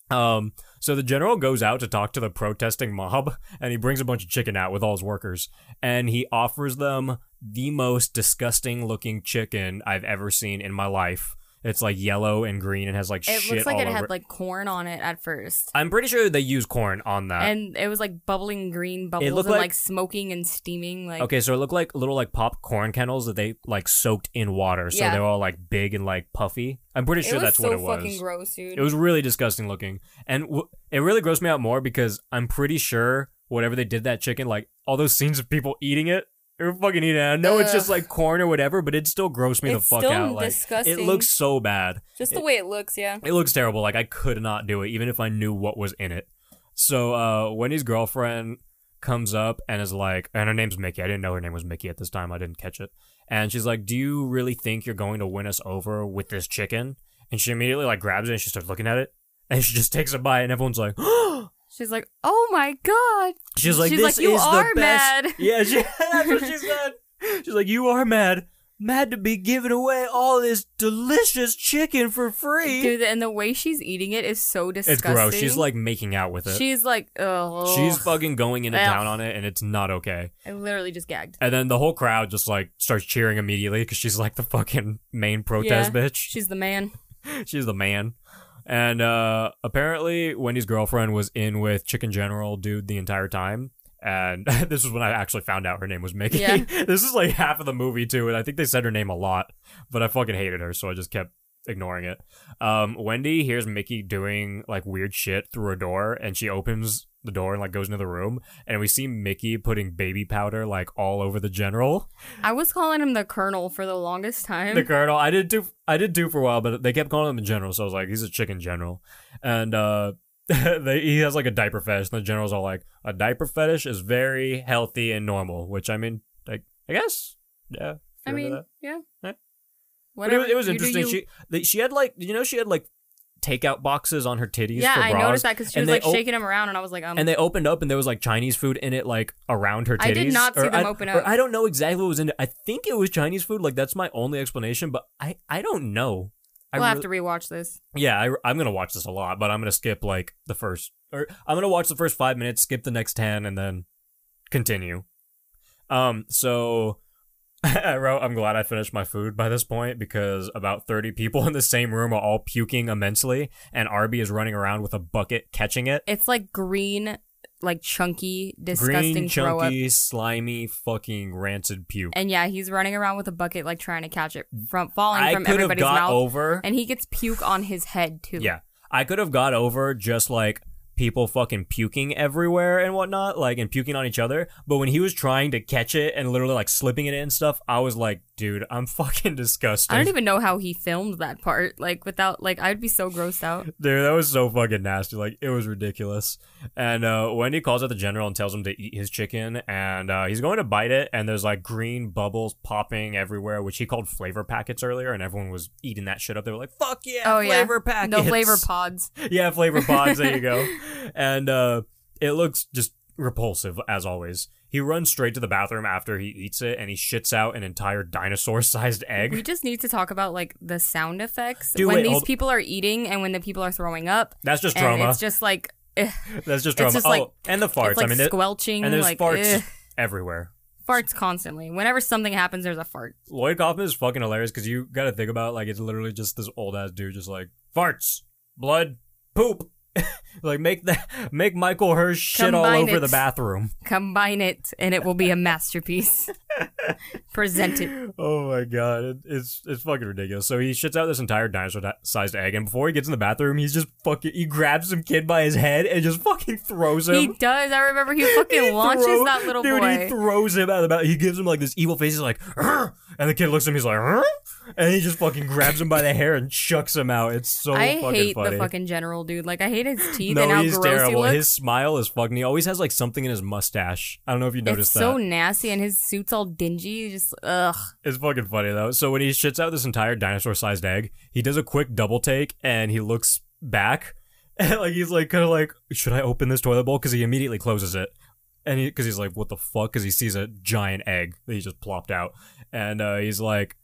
Um, so the general goes out to talk to the protesting mob, and he brings a bunch of chicken out with all his workers, and he offers them the most disgusting looking chicken I've ever seen in my life. It's like yellow and green and has like
It
shit
looks like
all
it
over.
had like corn on it at first,
I'm pretty sure they use corn on that.
and it was like bubbling green bubbles and
looked
like,
like-
smoking and steaming. Like
okay, so it looked like little like popcorn kennels that they like soaked in water, so
Yeah.
they're all like big and like puffy. I'm pretty
it
sure
was
that's
so
what it
fucking
was.
gross, dude.
It was really disgusting looking, and w- it really grossed me out more because I'm pretty sure whatever they did that chicken, like all those scenes of people eating it, they were fucking eating it. I know it's just
Ugh.
like corn or whatever, but it still grossed me
It's
the fuck
still
out. Like it
disgusting.
looks so bad.
just the way it looks. Yeah.
It looks terrible. Like I could not do it, even if I knew what was in it. So uh, Wendy's girlfriend comes up and is like, and her name's Mickey. I didn't know her name was Mickey at this time. I didn't catch it. And she's like, "Do you really think you're going to win us over with this chicken?" And she immediately like grabs it and she starts looking at it, and she just takes a bite, and everyone's like, <gasps>
She's like, "Oh my god."
"She's like,
She's
this
like, "You
is
are
the best."
mad.
<laughs> Yeah, she, that's what she said. She's like, "You are mad." Mad to be giving away all this delicious chicken for free.
Dude, and the way she's eating it is so
it's
disgusting.
gross. She's like making out with it.
she's like, oh,
She's fucking going into
Ugh.
town on it, and it's not okay.
I literally just gagged.
And then the whole crowd just like starts cheering immediately because she's like the fucking main protest
Yeah.
bitch.
She's the man.
She's the man. And uh, apparently, Wendy's girlfriend was in with Chicken General dude the entire time. And <laughs> this is when I actually found out her name was Mickey. <laughs>
Yeah.
this is like half of the movie too, and I think they said her name a lot, but I fucking hated her, so I just kept ignoring it. Um, Wendy hears Mickey doing like weird shit through a door, and she opens the door and like goes into the room, and we see Mickey putting baby powder like all over the general.
I was calling him the Colonel for the longest time.
the colonel. I did do I did do for a while, but they kept calling him the general, so I was like, he's a chicken general. And uh <laughs> they, he has like a diaper fetish, and the generals are like, a diaper fetish is very healthy and normal, which I mean, like I guess, yeah. if
I
you're into
mean,
that.
yeah.
Huh? But it
Whatever.
was, it was
you do
interesting.
you.
She they, she had like you know she had like takeout boxes on her titties.
yeah,
for
I
bras,
noticed that because she
and
was
they
like
op-
shaking him around, and I was like, um,
and they opened up and there was like Chinese food in it, like around her titties.
I did not see
Or
them
I-
open
or
up.
I don't know exactly what was in it. I think it was Chinese food. Like that's my only explanation, but I I don't know. I
we'll
re-
have to rewatch this.
yeah, I, I'm gonna watch this a lot, but I'm gonna skip like the first, or I'm gonna watch the first five minutes, skip the next ten, and then continue. Um, so <laughs> I wrote, I'm glad I finished my food by this point because about 30 people in the same room are all puking immensely, and Arby is running around with a bucket catching it.
It's like green like chunky, disgusting
Green,
throw up.
chunky, slimy, fucking rancid puke.
And yeah, he's running around with a bucket, like trying to catch it from falling
I
from
could have
everybody's
got
mouth.
over.
And he gets puke on his head too.
Yeah. I could have got over just like people fucking puking everywhere and whatnot, like and puking on each other. But when he was trying to catch it and literally like slipping it in and stuff, I was like, dude, I'm <laughs> fucking disgusted.
I don't even know how he filmed that part. Like without, like I'd be so grossed out.
Dude, that was so fucking nasty. Like, it was ridiculous. And uh, Wendy calls out the general and tells him to eat his chicken. And uh, he's going to bite it. And there's like green bubbles popping everywhere, which he called flavor packets earlier. And everyone was eating that shit up. They were like, fuck yeah,
Oh yeah,
flavor packets.
the flavor pods.
<laughs> yeah, flavor pods. There you go.
<laughs>
And uh, it looks just repulsive as always. He runs straight to the bathroom after he eats it, and he shits out an entire dinosaur-sized
We <laughs>
egg.
just need to talk about like the sound effects
Dude,
when
wait,
these
hold-
people are eating and when the people are throwing up.
That's just
and
drama.
it's just like eh,
That's just
it's
drama.
just
oh,
like-
and the farts.
it's like
I mean, there-
squelching.
and there's
like,
farts
eh,
everywhere.
farts constantly. Whenever something happens, there's a fart.
Lloyd Kaufman is fucking hilarious because you got to think about it, like it's literally just this old ass dude just like farts, blood, poop. <laughs> like make that make Michael Hirsch shit all
Combine
over the
it.
bathroom.
Combine it, and it will be
<laughs>
a masterpiece. Present it.
Oh my god, it, it's it's fucking ridiculous. So he shits out this entire dinosaur-sized egg, and before he gets in the bathroom, he's just fucking. He grabs some kid by his head and just fucking throws him.
He does. I remember he fucking
<laughs> He
launches
throw-
that little
dude,
boy.
he throws him out of the bathroom. He gives him like this evil face. He's like, "Arr!" and the kid looks at him. He's like, "Arr!" and he just fucking grabs him by the hair and chucks him out. It's so
I
fucking
hate
funny.
the fucking general dude. Like I hate
<laughs>
his teeth
no,
and how
he's
gross
terrible.
he looks.
His smile is fucking. He always has like something in his mustache. I don't know if you
it's
noticed that.
so nasty, and his suit's all dingy. Just ugh.
It's fucking funny though. So when he shits out this entire dinosaur-sized egg, he does a quick double take and he looks back, <laughs> and like he's like kind of like, should I open this toilet bowl? Because he immediately closes it, and because he's like, what the fuck? Because he sees a giant egg that he just plopped out, and uh, he's like,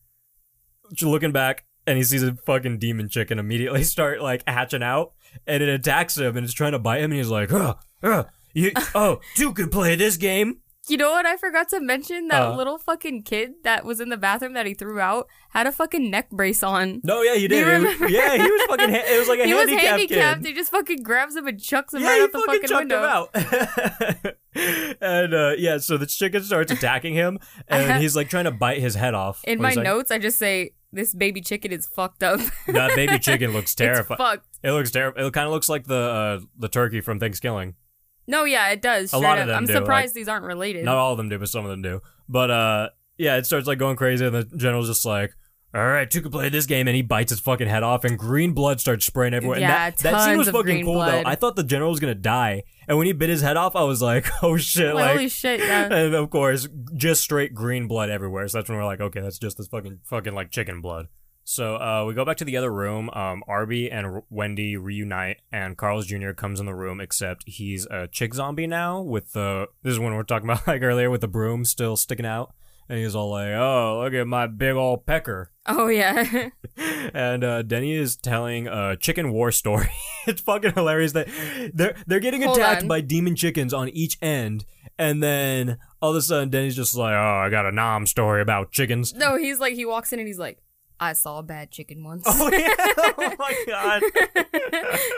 just looking back. And he sees a fucking demon chicken immediately <laughs> start like hatching out, and it attacks him, and it's trying to bite him, and he's like, "Ugh, ugh, you, oh, you could play this game."
You know what? I forgot to mention that
Uh.
little fucking kid that was in the bathroom that he threw out had a fucking neck brace on.
No, yeah, he did. It was-
remember?
yeah, he was fucking. Ha- it was like a
<laughs> he was
handicapped,
handicapped.
kid.
He just fucking grabs him and chucks him
yeah,
right
he
out the
fucking,
fucking
chucked
window.
him out. <laughs> and uh, yeah, so the chicken starts attacking him, and he's like trying to bite his head off.
Uh-huh. In
Well,
my
he's like,
notes, I just say this baby chicken is fucked up. <laughs>
that baby chicken looks
it's
terrifying.
fucked.
It looks terrible. It kind of looks like the uh, the turkey from Thanksgiving.
No, yeah, it does.
A
straight
lot of
up.
them
I'm
do,
surprised these aren't related.
Not all of them do, but some of them do. But uh, yeah, it starts like going crazy, and the general's just like. All right, two can play this game, and he bites his fucking head off, and green blood starts spraying everywhere. And
Yeah,
that, that scene
tons
was
of
fucking
green
cool
blood.
though. I thought the general was gonna die, and when he bit his head off, I was like, <laughs> "Oh shit!"
Like,
Like,
holy
<laughs>
shit! Yeah.
and of course, just straight green blood everywhere. So that's when we're like, okay, that's just this fucking fucking like chicken blood. So uh, we go back to the other room. Um, Arby and R- Wendy reunite, and Carl's Jr. comes in the room. Except he's a chick zombie now. With the this is when we we're talking about <laughs> like earlier with the broom still sticking out, and he's all like, "Oh, look at my big old pecker."
Oh yeah. <laughs>
and uh, Denny is telling a chicken war story. <laughs> it's fucking hilarious that they're they're getting
Hold
attacked
on.
by demon chickens on each end, and then all of a sudden Denny's just like, "Oh, I got a nom story about chickens." <laughs>
no, he's like he walks in and he's like, I saw a bad chicken once. <laughs>
oh yeah! Oh my god!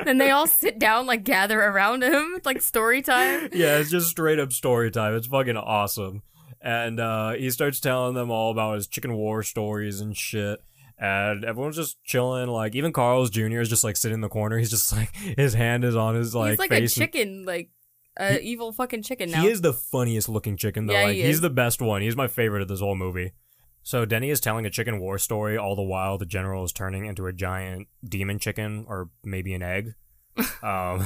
then they all sit down, like gather around him, <laughs> It's like story time.
yeah, it's just straight up story time. It's fucking awesome. And uh, he starts telling them all about his chicken war stories and shit. And everyone's just chilling. Like even Carl's Jr. is just like sitting in the corner. He's just like his hand is on his like
He's like a
face. and-
chicken, like an evil fucking chicken now.
He is the funniest looking chicken though.
Yeah,
like
he
he's
is.
the best one. He's my favorite of this whole movie. So Denny is telling a chicken war story all the while the general is turning into a giant demon chicken or maybe an egg.
<laughs>
um,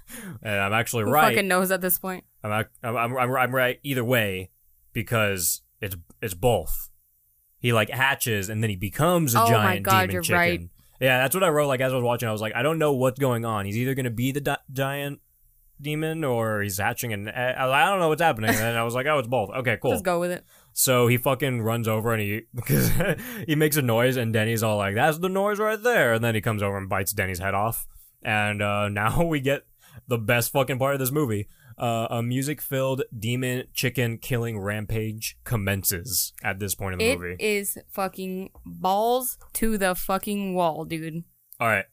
<laughs> and I'm actually
Who
right.
fucking knows at this point?
I'm, ac- I'm, I'm I'm I'm right either way because it's it's both. He like hatches and then he becomes a
Oh my
giant
God,
demon
you're
chicken.
right.
Yeah, that's what I wrote. Like as I was watching, I was like, I don't know what's going on. He's either gonna be the di- giant demon or he's hatching an. I, I don't know what's happening. And then I was like, oh, it's both. Okay, cool.
<laughs> Just go with it.
So he fucking runs over and he <laughs> because he makes a noise and Denny's all like, "That's the noise right there," and then he comes over and bites Denny's head off. And uh, <laughs> now we get the best fucking part of this movie. Uh, a music-filled demon chicken killing rampage commences at this point in the
It
movie.
is fucking balls to the fucking wall, dude.
all right,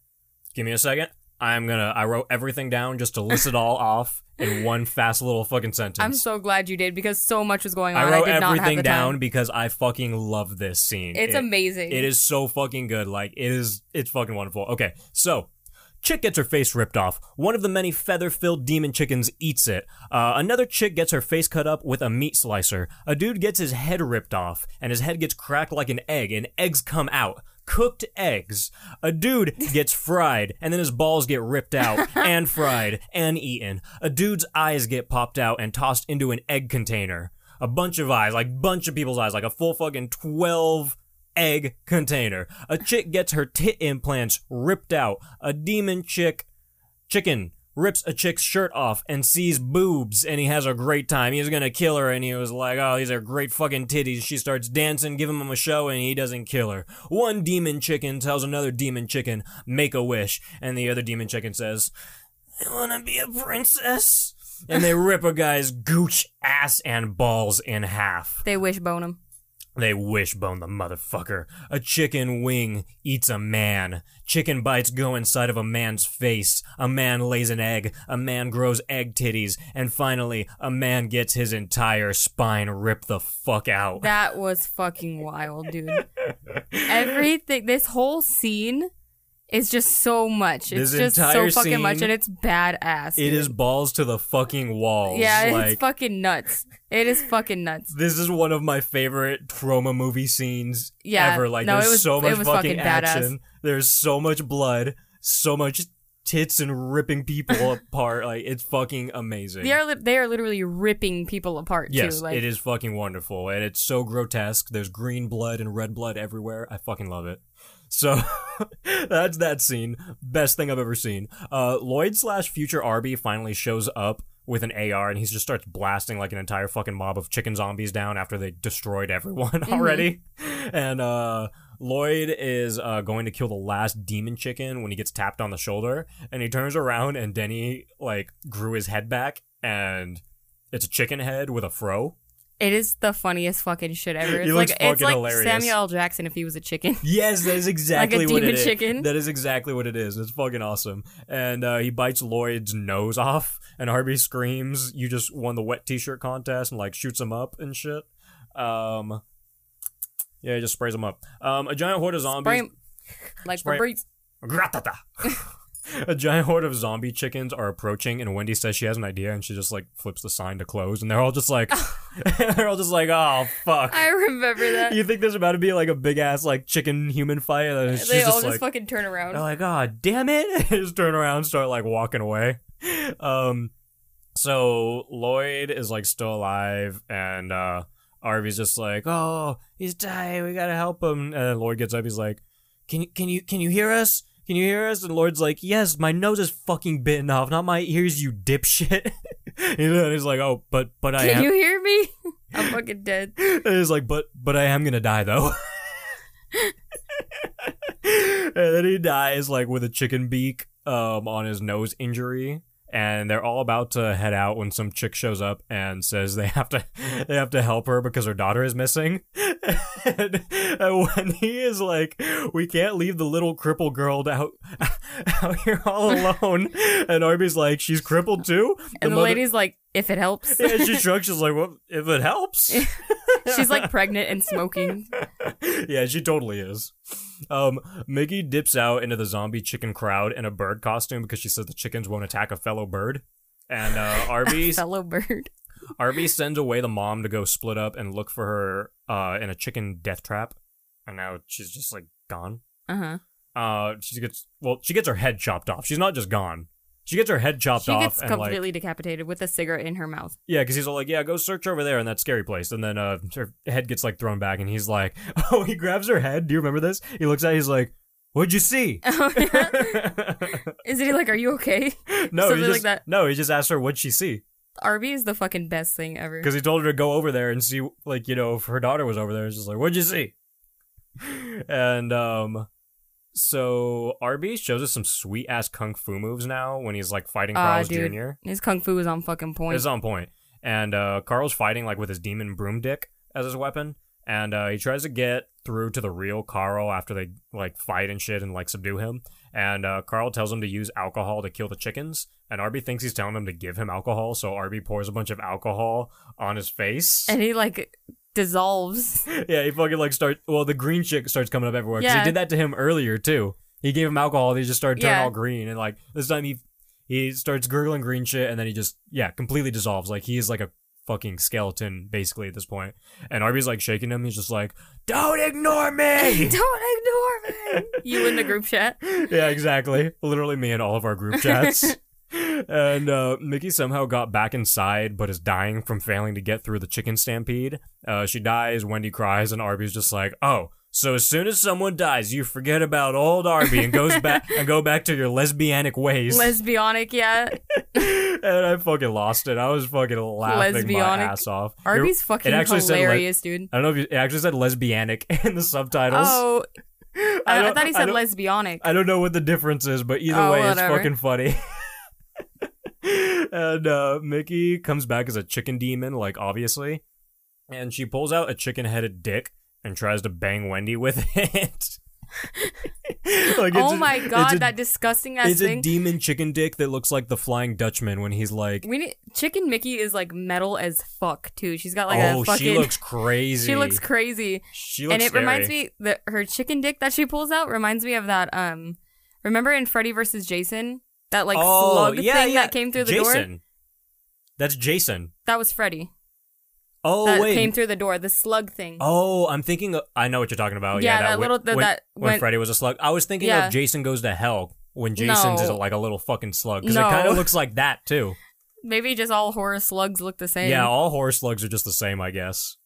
give me a second. I'm gonna. I wrote everything down just to list it
<laughs>
all off in one fast little fucking sentence.
I'm so glad you did because so much was going on.
I
I,
wrote
did not have
everything
the
down
time.
because I fucking love this scene.
It's
It-
amazing.
It is so fucking good. Like it is. It's fucking wonderful. Okay, so. Chick gets her face ripped off. One of the many feather filled demon chickens eats it. Uh, another chick gets her face cut up with a meat slicer. A dude gets his head ripped off, and his head gets cracked like an egg, and eggs come out. Cooked eggs. A dude gets fried, and then his balls get ripped out, and fried, and eaten. A dude's eyes get popped out and tossed into an egg container. A bunch of eyes, like bunch of people's eyes, like a full fucking 12 egg container. A chick gets her tit implants ripped out. A demon chick chicken rips a chick's shirt off and sees boobs and he has a great time. He was gonna kill her and he was like, oh, these are great fucking titties. She starts dancing, giving him a show, and he doesn't kill her. One demon chicken tells another demon chicken, make a wish, and the other demon chicken says, I wanna be a princess. And they rip a guy's gooch ass and balls in half.
They wishbone him.
They wishbone the motherfucker. A chicken wing eats a man. Chicken bites go inside of a man's face. A man lays an egg. A man grows egg titties. And finally, a man gets his entire spine ripped the fuck out.
That was fucking wild, dude. Everything, this whole scene is just so much. It's
This
just so
entire
fucking much,
scene-
and it's badass.
it
dude.
is balls to the fucking walls.
Yeah,
like,
it's fucking nuts. It is fucking nuts.
this is one of my favorite trauma movie scenes
Yeah,
ever. Like,
no, it
there's
was-
so
it
much
was
fucking
fucking badass.
action. There's so much blood. So much tits and ripping
<laughs>
people apart. Like, it's fucking amazing.
They are li- they are literally ripping people apart
Yes,
too. Like
it is fucking wonderful, and it's so grotesque. There's green blood and red blood everywhere. I fucking love it. So <laughs> that's that scene. Best thing I've ever seen. Uh, Lloyd slash future Arby finally shows up with an AR, and he just starts blasting like an entire fucking mob of chicken zombies down after they destroyed everyone <laughs> already. And uh, Lloyd is uh, going to kill the last demon chicken when he gets tapped on the shoulder, and he turns around, and Denny like grew his head back and. It's a chicken head with a fro.
it is the funniest fucking shit ever. It's
He
like
looks
it's
fucking
like
hilarious.
Samuel L. Jackson if he was
<laughs>
a chicken.
Yes,
<laughs>
that is exactly what
demon
it is.
chicken?
That is exactly what it is. It's fucking awesome. And uh, he bites Lloyd's nose off, and Harvey screams, "You just won the wet T-shirt contest!" and like shoots him up and shit. Um, yeah, he just sprays him up. Um, a giant horde of zombies.
Brain- like
Spray-
Fabrice.
Gratata. <laughs> a giant horde of zombie chickens are approaching, and Wendy says she has an idea, and she just like flips the sign to close, and they're all just
<laughs>
like, <laughs> they're all just like, "Oh fuck."
I remember that.
you think there's about to be like a big ass like chicken human fight, and it's
they
just
all just
like,
fucking turn around.
they're like, oh, damn it. <laughs> just turn around and start like walking away. Um, so Lloyd is like still alive and, uh, Arby's just like, oh, he's dying. We gotta help him. And then Lloyd gets up. He's like, can you, can you, can you hear us? Can you hear us? And Lloyd's like, yes, my nose is fucking bitten off, not my ears, you dipshit. <laughs> and he's like, oh, but, but I
Can
am.
you hear me? <laughs> I'm fucking dead.
And he's like, but but I am gonna die though. and then he dies like with a chicken beak um on his nose injury. And they're all about to head out when some chick shows up and says they have to they have to help her because her daughter is missing. and, and when he is like, we can't leave the little crippled girl out out here all alone. and Arby's like, she's crippled too.
And the,
mother-
lady's like, if it
<laughs>
helps.
yeah, she shrugs. She's like, well, if it helps.
<laughs> She's like pregnant and
<laughs>
smoking.
yeah, she totally is. Um, Mickey dips out into the zombie chicken crowd in a bird costume because she says the chickens won't attack a fellow bird. And
<laughs>
uh, Arby,
Fellow bird.
Arby sends away the mom to go split up and look for her uh, in a chicken death trap. And now she's just like gone.
Uh huh.
Uh, she gets well, she gets her head chopped off. She's not just gone. She gets her head chopped
She
off.
gets
and, like,
completely decapitated with a cigarette in her mouth. <laughs>
Yeah, because he's all like, "Yeah, go search over there in that scary place." And then uh, her head gets like thrown back, and he's like, <laughs> "Oh!" He grabs her head. Do you remember this? He looks at. it, He's like, "What'd you see?" <laughs>
Is it like, are you okay?
no, he
Something
just,
like that.
No, he just asked her what'd she see
Arby is the fucking best thing ever.
because he told her to go over there and see, like you know, if her daughter was over there. It's just like, "What'd you see?" And um, so Arby shows us some sweet ass kung fu moves now when he's like fighting
Ah,
Carl's
dude.
Jr.
His kung fu is on fucking point.
It's on point. And uh, Carl's fighting like with his demon broomdick as his weapon, and uh, he tries to get through to the real Carl after they like fight and shit and like subdue him. And uh, Carl tells him to use alcohol to kill the chickens. And Arby thinks he's telling him to give him alcohol, so Arby pours a bunch of alcohol on his face.
and he like dissolves.
<laughs> yeah, he fucking like starts. Well, the green shit starts coming up everywhere because
Yeah.
he did that to him earlier too. He gave him alcohol, and he just started turning
Yeah.
all green, and like this time he he starts gurgling green shit, and then he just yeah completely dissolves. Like he is like a fucking skeleton basically at this point. And Arby's like shaking him. He's just like, "Don't ignore me."
<laughs> Don't ignore me. You in the group chat?
<laughs> yeah, exactly. Literally me and all of our group
<laughs>
chats. and uh, Mickey somehow got back inside, but is dying from failing to get through the chicken stampede. Uh, she dies, Wendy cries, and Arby's just like, oh. So as soon as someone dies, you forget about old Arby and goes
<laughs>
back and go back to your lesbianic ways.
Lesbionic, yeah.
<laughs> and I fucking lost it. I was fucking laughing my
Lesbionic.
ass off. You're-
Arby's fucking
it actually said le-
hilarious, dude.
I don't know if you, it actually said lesbianic <laughs> in the subtitles.
Oh, I, I
don't-
thought he
I
said
don't-
lesbionic.
I don't know what the difference is, but either
Oh,
way,
whatever.
it's fucking funny. <laughs> and uh, Mickey comes back as a chicken demon, like obviously, and she pulls out a chicken-headed dick and tries to bang Wendy with <laughs> it. Like, it's
oh
a-
my god,
it's a,
that disgusting ass
it's a
thing.
demon chicken dick that looks like the Flying Dutchman when he's like,
we need, Chicken Mickey is like metal as fuck too. She's got like
"Oh,
a fucking.
she looks crazy.
<laughs> she looks crazy,
She looks
and it
scary.
reminds me that her chicken dick that she pulls out reminds me of that. Um, remember in Freddy versus Jason that like
oh,
slug
yeah,
thing
yeah.
that came through the
Jason.
door?
That's Jason.
That was Freddy.
Oh
that
wait,
came through the door. The slug thing.
Oh, I'm thinking. Of, I know what you're talking about. Yeah,
Yeah, that
whe-
little- that-
when,
that
when
went-
Freddy was a slug. I was thinking
Yeah.
of Jason goes to hell when Jason's is
No.
like a little fucking slug because it
No.
kind of looks like that
<laughs>
too.
Maybe just all horror slugs look the same.
Yeah, all horror slugs are just the same, I guess.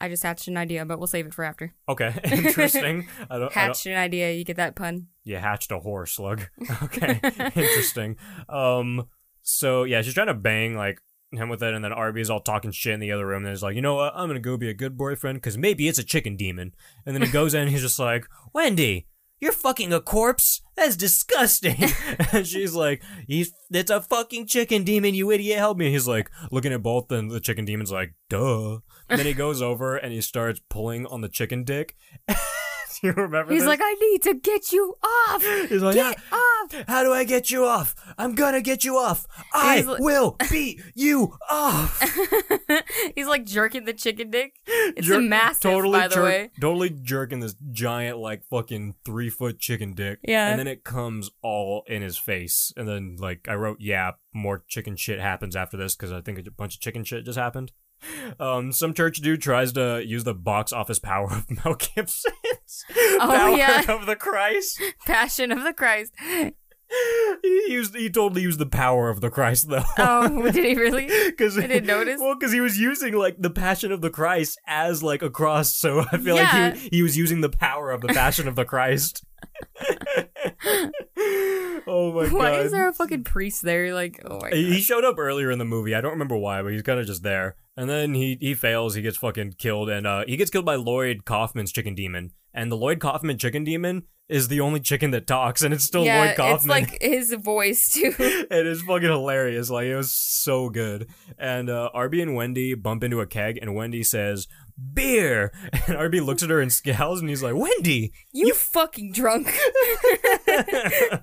I just hatched an idea, but we'll save it for after. <laughs>
Okay, <laughs> interesting. I Uh, don't, I don't-
Hatched an idea. You get that pun?
you hatched a horror
<laughs>
slug. <laughs> Okay, interesting. Um, so yeah, she's trying to bang like him with it, and then Arby's all talking shit in the other room, and he's like, you know what? I'm gonna go be a good boyfriend because maybe it's a chicken demon. And then he goes in, and he's just like, Wendy. You're fucking a corpse. That's
<laughs>
disgusting. and she's like, "He's it's a fucking chicken demon. You idiot, help me." And he's like, looking at both, and the chicken demon's like, "Duh." And then he goes over and he starts pulling on the chicken dick. <laughs> Do you remember?
He's
this?
like, I need to get you off.
He's like,
get
"Ah,
off.
how do I get you off? I'm gonna get you off. I
He's li-
will beat you off.
He's like jerking the chicken dick. <laughs> It's a massive,
totally
by the
jerk-
way.
Totally jerking this giant, like fucking three foot chicken dick.
Yeah.
And then it comes all in his face. And then, like, I wrote, yeah, more chicken shit happens after this because I think a bunch of chicken shit just happened. Um, some church dude tries to use the box office power of <laughs> Mel Gibson's power
Oh, yeah.
<laughs> of the Christ.
Passion of the Christ.
He used, he totally used the power of the Christ though. <laughs>
Oh, <laughs> did he really?
Cause,
I didn't notice.
Well, because he was using like the Passion of the Christ as like a cross, so I feel
Yeah.
like he he was using the power of the Passion of the Christ. <laughs> <laughs> oh my
Why
god!
is there a fucking priest there? Like, oh my
he
god.
he showed up earlier in the movie. I don't remember why, but he's kind of just there. And then he he fails. He gets fucking killed, and uh, he gets killed by Lloyd Kaufman's chicken demon. And the Lloyd Kaufman chicken demon is the only chicken that talks, and it's still
yeah,
Lloyd Kaufman
it's like his voice
<laughs>
too. <laughs>
it is fucking hilarious. Like it was so good. And uh, Arby and Wendy bump into a keg, and Wendy says beer, <laughs> and Arby looks at her and scowls, and he's like, Wendy. <laughs>
You, fucking drunk.
that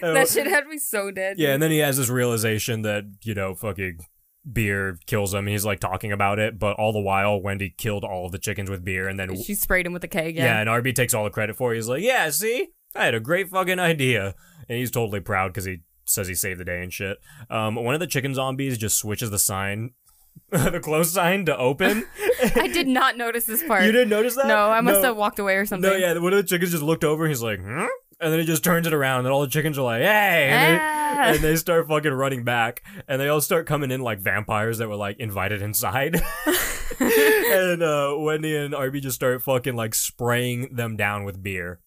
that shit had me so dead.
yeah, and then he has this realization that you know fucking beer kills him. And he's like talking about it, but all the while Wendy killed all of the chickens with beer, and then
She sprayed him with a keg.
Yeah, and RB takes all the credit for it. He's like, yeah, see? I had a great fucking idea. And he's totally proud because he says he saved the day and shit. Um, one of the chicken zombies just switches the sign, <laughs> the close sign to open.
I did not notice this <laughs> part.
you didn't notice that?
No, I must
No.
have walked away or something.
No, yeah, one of the chickens just looked over and he's like, hmm? And then he just turns it around and all the chickens are like, hey! And,
Ah.
<laughs> they, and they start fucking running back. And they all start coming in like vampires that were like invited inside. <laughs> and uh, Wendy and Arby just start fucking like spraying them down with beer.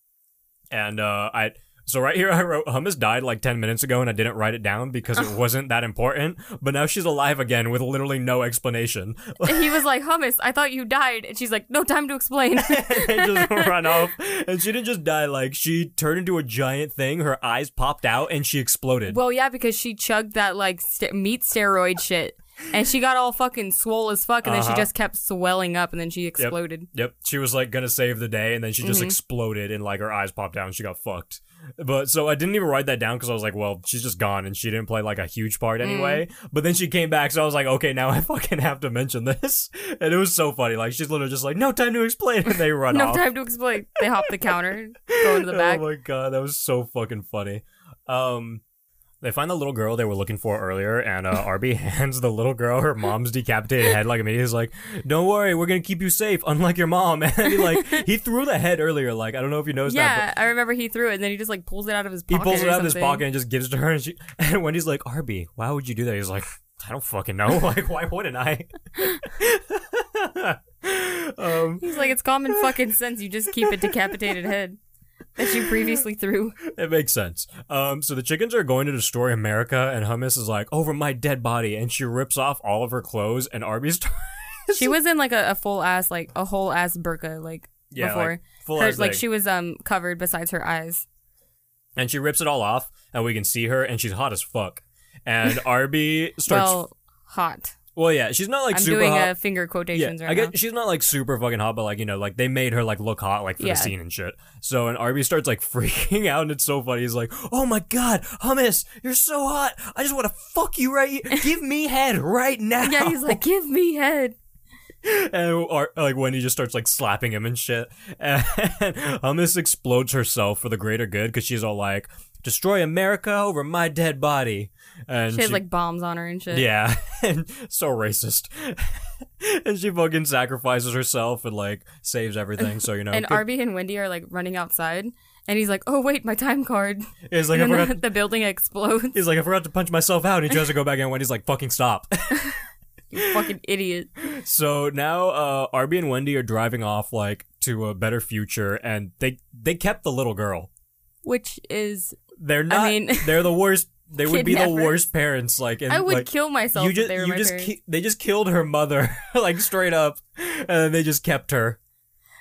And uh, I. So right here I wrote Hummus died like 10 minutes ago and I didn't write it down because it wasn't that important, but now she's alive again with literally no explanation. <laughs>
And he was like, Hummus, I thought you died. And she's like, No time to
<laughs>
explain. <laughs>
and just run off. And she didn't just die; like she turned into a giant thing. Her eyes popped out, and she exploded.
well, yeah, because she chugged that like st- meat steroid shit. And she got all fucking swole as fuck. And then
Uh-huh.
she just kept swelling up and then she exploded.
yep, she was like gonna save the day, and then she just exploded, and like her eyes popped out, and she got fucked. But so I didn't even write that down because I was like, well, she's just gone and she didn't play like a huge part anyway. But then she came back, so I was like, okay, now I <laughs> fucking have to mention this. And it was so funny. Like she's literally just like, no time to explain, and they run
<laughs> no
off.
time to explain. They hop the counter,
<laughs>
go into the back.
Oh my god, that was so fucking funny. Um, they find the little girl they were looking for earlier, and uh, Arby <laughs> hands the little girl her mom's decapitated head. Like immediately, he's like, "Don't worry, we're gonna keep you safe." <laughs> Unlike your mom, and he like
<laughs>
he threw the head earlier. Like I don't know if you noticed that.
yeah, I remember he threw it, and then he just like pulls it out of his
But he
pocket.
pulls it
or
out of his
something.
pocket and just gives it to her, and, she, <laughs> and Wendy's like, "Arby, why would you do that?" He's like, "I don't fucking know. <laughs> Like, why wouldn't I?" <laughs> um,
He's like, it's common fucking sense. You just keep a decapitated head that you previously threw.
It makes sense. Um, so the chickens are going to destroy America, and Hummus is like, over my dead body, and she rips off all of her clothes, and <laughs> Arby's tries.
She was in like a, a full ass, like a whole ass burqa, like
Yeah, like,
before.
full
Her-
ass
like
thing.
she was um covered besides her eyes.
and she rips it all off, and we can see her, and she's hot as fuck.
<laughs>
And Arby starts. Well,
Well, hot.
yeah, she's not like
I'm
super
doing
hot.
uh, finger
yeah,
quotations right
I
now.
guess she's not like super fucking hot, but like you know, like they made her like look hot like for
Yeah.
the scene and shit. So and Arby starts like <laughs> freaking out, and it's so funny. He's like, "Oh my god, hummus, you're so hot! I just want to fuck you right. here. Give me head right now."
<laughs> Yeah, he's like, give me head.
and or, like Wendy just starts like slapping him and shit. <laughs> And Hummus explodes herself for the greater good because she's all like, "Destroy America over my dead body." And
She has like bombs on her and shit.
yeah, <laughs> and so racist. <laughs> and she fucking sacrifices herself and like saves everything. So you know,
And
good-
Arby and Wendy are like running outside, and he's like, "Oh wait, my time card."
it's like I
and then
forgot.
<laughs> the, the building explodes.
<laughs> He's like, I forgot to punch myself out. And he tries to go back in. Wendy's like, fucking stop. <laughs>
you fucking idiot.
So now uh, Arby and Wendy are driving off like to a better future, and they they kept the little girl.
Which is,
They're not.
mean-
<laughs> they're the worst. They would be the
Kidnappers.
worst parents. Like and,
I would
like,
kill myself
You
if
just
they were
you
my
just
parents.
ki- they just killed her mother <laughs> like straight up, and then they just kept her.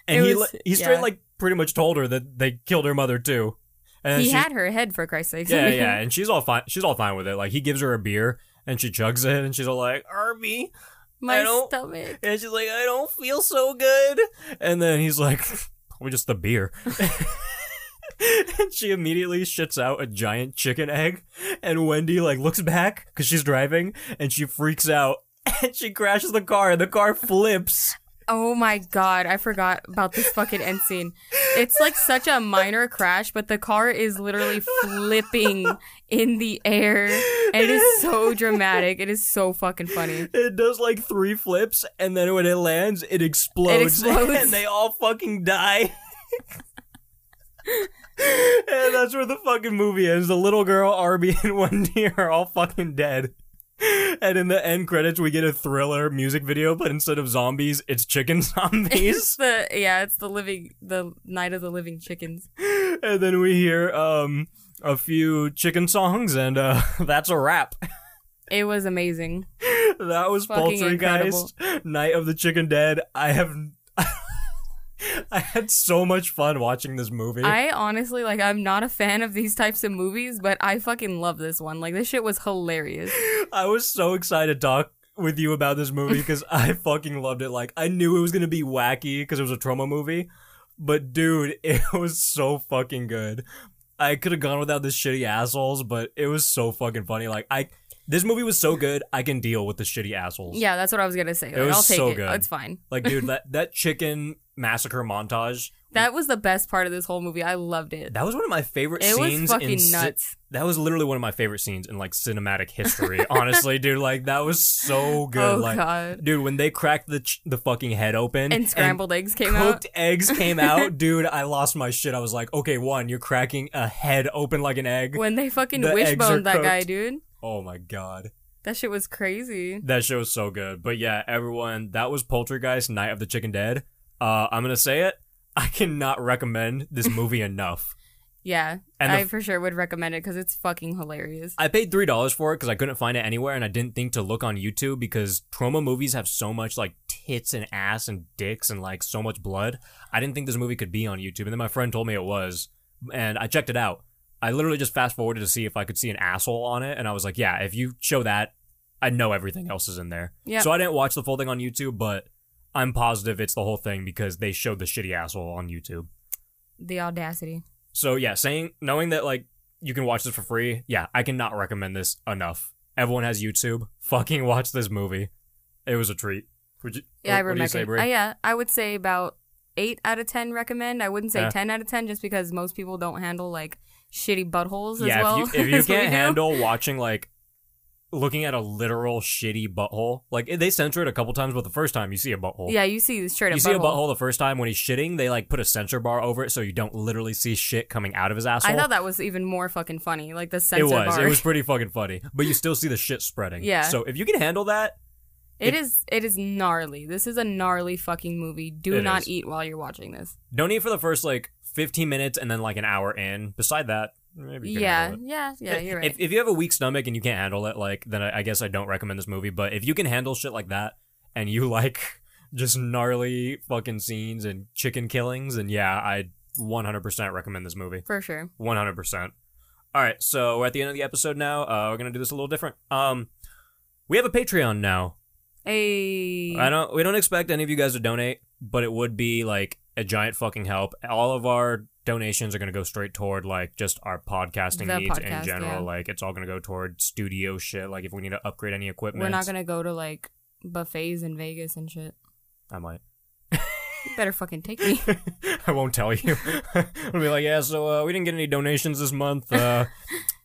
And
It
he
was-
li- he straight
yeah.
like pretty much told her that they killed her mother too. And
he
she's-
had her head for Christ's sake.
uh, <laughs>
<laughs>
yeah yeah, and she's all fine. She's all fine with it. Like he gives her a beer and she chugs it, and she's all like Arby, I
my
don't-
stomach.
<laughs> and she's like I don't feel so good. And then he's like, <laughs> probably just the beer. <laughs> and she immediately shits out a giant chicken egg and wendy like looks back because she's driving and she freaks out <laughs> and she crashes the car and the car flips
Oh my god, I forgot about this fucking end scene. It's like such a minor crash, but the car is literally flipping in the air. And it is so dramatic. It is so fucking funny.
it does like three flips and then when it lands it explodes, <laughs>
explodes.
and they all fucking die <laughs> and that's where the fucking movie ends the little girl arby <laughs> and wendy are all fucking dead and in the end credits we get a thriller music video but instead of zombies it's chicken <laughs>
It's <laughs>
zombies
the yeah, it's the living the night of the living chickens.
and then we hear um a few chicken songs and uh <laughs> that's a wrap
It was amazing.
That was
Fucking
Poltergeist, Night of the Chicken Dead. I have. <laughs> I had so much fun watching this movie.
I honestly like I'm not a fan of these types of movies, but I fucking love this one. Like this shit was hilarious.
I was so excited to talk with you about this movie
<laughs>
because I fucking loved it. Like, I knew it was going to be wacky because it was a trauma movie, but dude, <laughs> it was so fucking good. I could have gone without this shitty assholes, but it was so fucking funny. Like, I. This movie was so good, I can deal with the shitty assholes.
Yeah, that's what I was gonna say. Like,
was
I'll take
so
it.
good.
It's fine.
Like,
<laughs>
dude, that, that chicken massacre montage
That was the best part of this whole movie. I loved it.
That was one of my favorite
It was
scenes. in
fucking
ci-
nuts.
that was literally one of my favorite scenes in like cinematic history. <laughs> honestly, dude, like that was so good.
Oh
like,
god.
dude, when they cracked the ch- the fucking head open
And scrambled eggs came out.
cooked eggs came
<laughs>
out, dude, I lost my shit. I was like, okay, one, you're cracking a head open like an egg.
When they fucking
The eggs are
wishboned that guy,
cooked.
dude.
Oh my god,
That shit was crazy.
that show was so good. But yeah, everyone, that was Poltergeist: Night of the Chicken Dead. Uh, I'm gonna say it. I cannot recommend this movie enough.
Yeah.
And the
I for sure would recommend it because it's fucking hilarious.
I paid three dollars for it because I couldn't find it anywhere, and I didn't think to look on YouTube because trauma movies have so much like tits and ass and dicks and like so much blood. I didn't think this movie could be on YouTube, and then my friend told me it was, and I checked it out. I literally just fast forwarded to see if I could see an asshole on it, and I was like, "Yeah, if you show that, I know everything else is in there."
Yep.
So I didn't watch the full thing on YouTube, but I'm positive it's the whole thing because they showed the shitty asshole on YouTube.
The audacity.
So yeah, saying knowing that like you can watch this for free, yeah, I cannot recommend this enough. Everyone has YouTube. <laughs> Fucking watch this movie. It was a treat. Would you,
Yeah, I
what, what do you say,
recommend.
Brie?
Uh, yeah, I would say about eight out of ten recommend. I wouldn't say
Yeah.
ten out of ten just because most people don't handle like shitty buttholes
yeah,
as well. <laughs>
if you, if you
as we
can't
do.
handle watching like looking at a literal shitty butthole, like they censor it a couple times, but the first time you see a butthole,
yeah, you see straight up.
you see a butthole the first time when he's shitting, they like put a censor bar over it so you don't literally see shit coming out of his asshole.
I thought that was even more fucking funny, like the
it
censor
was,
bar.
it was pretty fucking funny, but you still see the shit spreading.
<laughs> Yeah.
So if you can handle that,
it is. It is gnarly. This is a gnarly fucking movie. Do
It
not
is.
eat while you're watching this.
don't eat for the first like 15 minutes and then like an hour in. Beside that, maybe you can
Yeah,
handle it.
yeah, yeah. You're right.
If, if you have a weak stomach and you can't handle it, like then I, I guess I don't recommend this movie. But if you can handle shit like that and you <laughs> like just gnarly fucking scenes and chicken killings, and yeah, I 100% recommend this movie.
For sure.
One hundred percent. All right, so we're at the end of the episode now. Uh, we're gonna do this a little different. Um, we have a Patreon now.
Hey.
I don't. We don't expect any of you guys to donate, but it would be like a giant fucking help. All of our donations are gonna go straight toward like just our podcasting
The
needs
podcast,
in general.
yeah.
Like it's all gonna go toward studio shit. Like if we need to upgrade any equipment,
We're not gonna go to like buffets in Vegas and shit.
I might. <laughs>
You better fucking take me.
I won't tell you. <laughs> I'll be like, yeah. So uh, we didn't get any donations this month. Uh,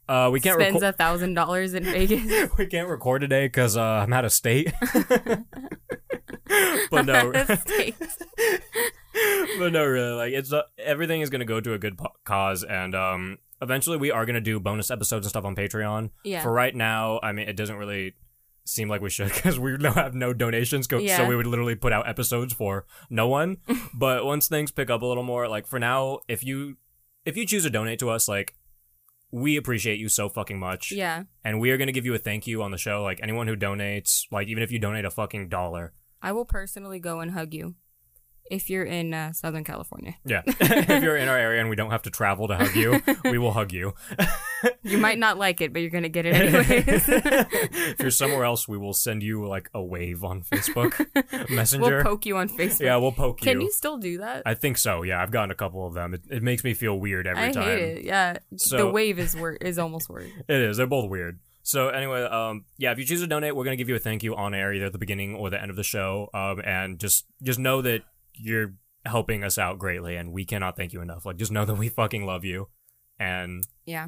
uh, <laughs> we can't.
Spends
record-
a thousand dollars in Vegas.
we can't record today because uh, I'm out of
<laughs>
state. <laughs> but no,
Mistakes.
<laughs> but no, really, like it's uh, everything is gonna go to a good po- cause, and um, eventually we are gonna do bonus episodes and stuff on Patreon.
yeah.
For right now, I mean, it doesn't really seem like we should <laughs> because we now have no donations, go- so
Yeah.
we would literally put out episodes for no
<laughs>
one. but once things pick up a little more, like for now, if you if you choose to donate to us, like we appreciate you so fucking much
yeah.
and we are going to give you a thank you on the show. Like anyone who donates, like even if you donate a fucking dollar,
I will personally go and hug you if you're in uh, Southern California. <laughs>
yeah, if you're in our area and we don't have to travel to hug you, we will hug you.
You might not like it, but you're gonna get it <laughs> anyways.
<laughs>
<laughs>
if you're somewhere else, we will send you like a wave on Facebook Messenger.
<laughs> we'll poke you on Facebook.
yeah, we'll poke
Can
you.
you still do that?
I think so. Yeah, I've gotten a couple of them. It, it makes me feel weird every
I
time.
hate it. Yeah, the
So-
wave is wor- is almost
<laughs>
worse.
It is. They're both weird. So anyway, um, yeah, if you choose to donate, we're gonna give you a thank you on air either at the beginning or the end of the show. Um, and just just know that you're helping us out greatly, and we cannot thank you enough. Like, just know that we fucking love you, and
Yeah.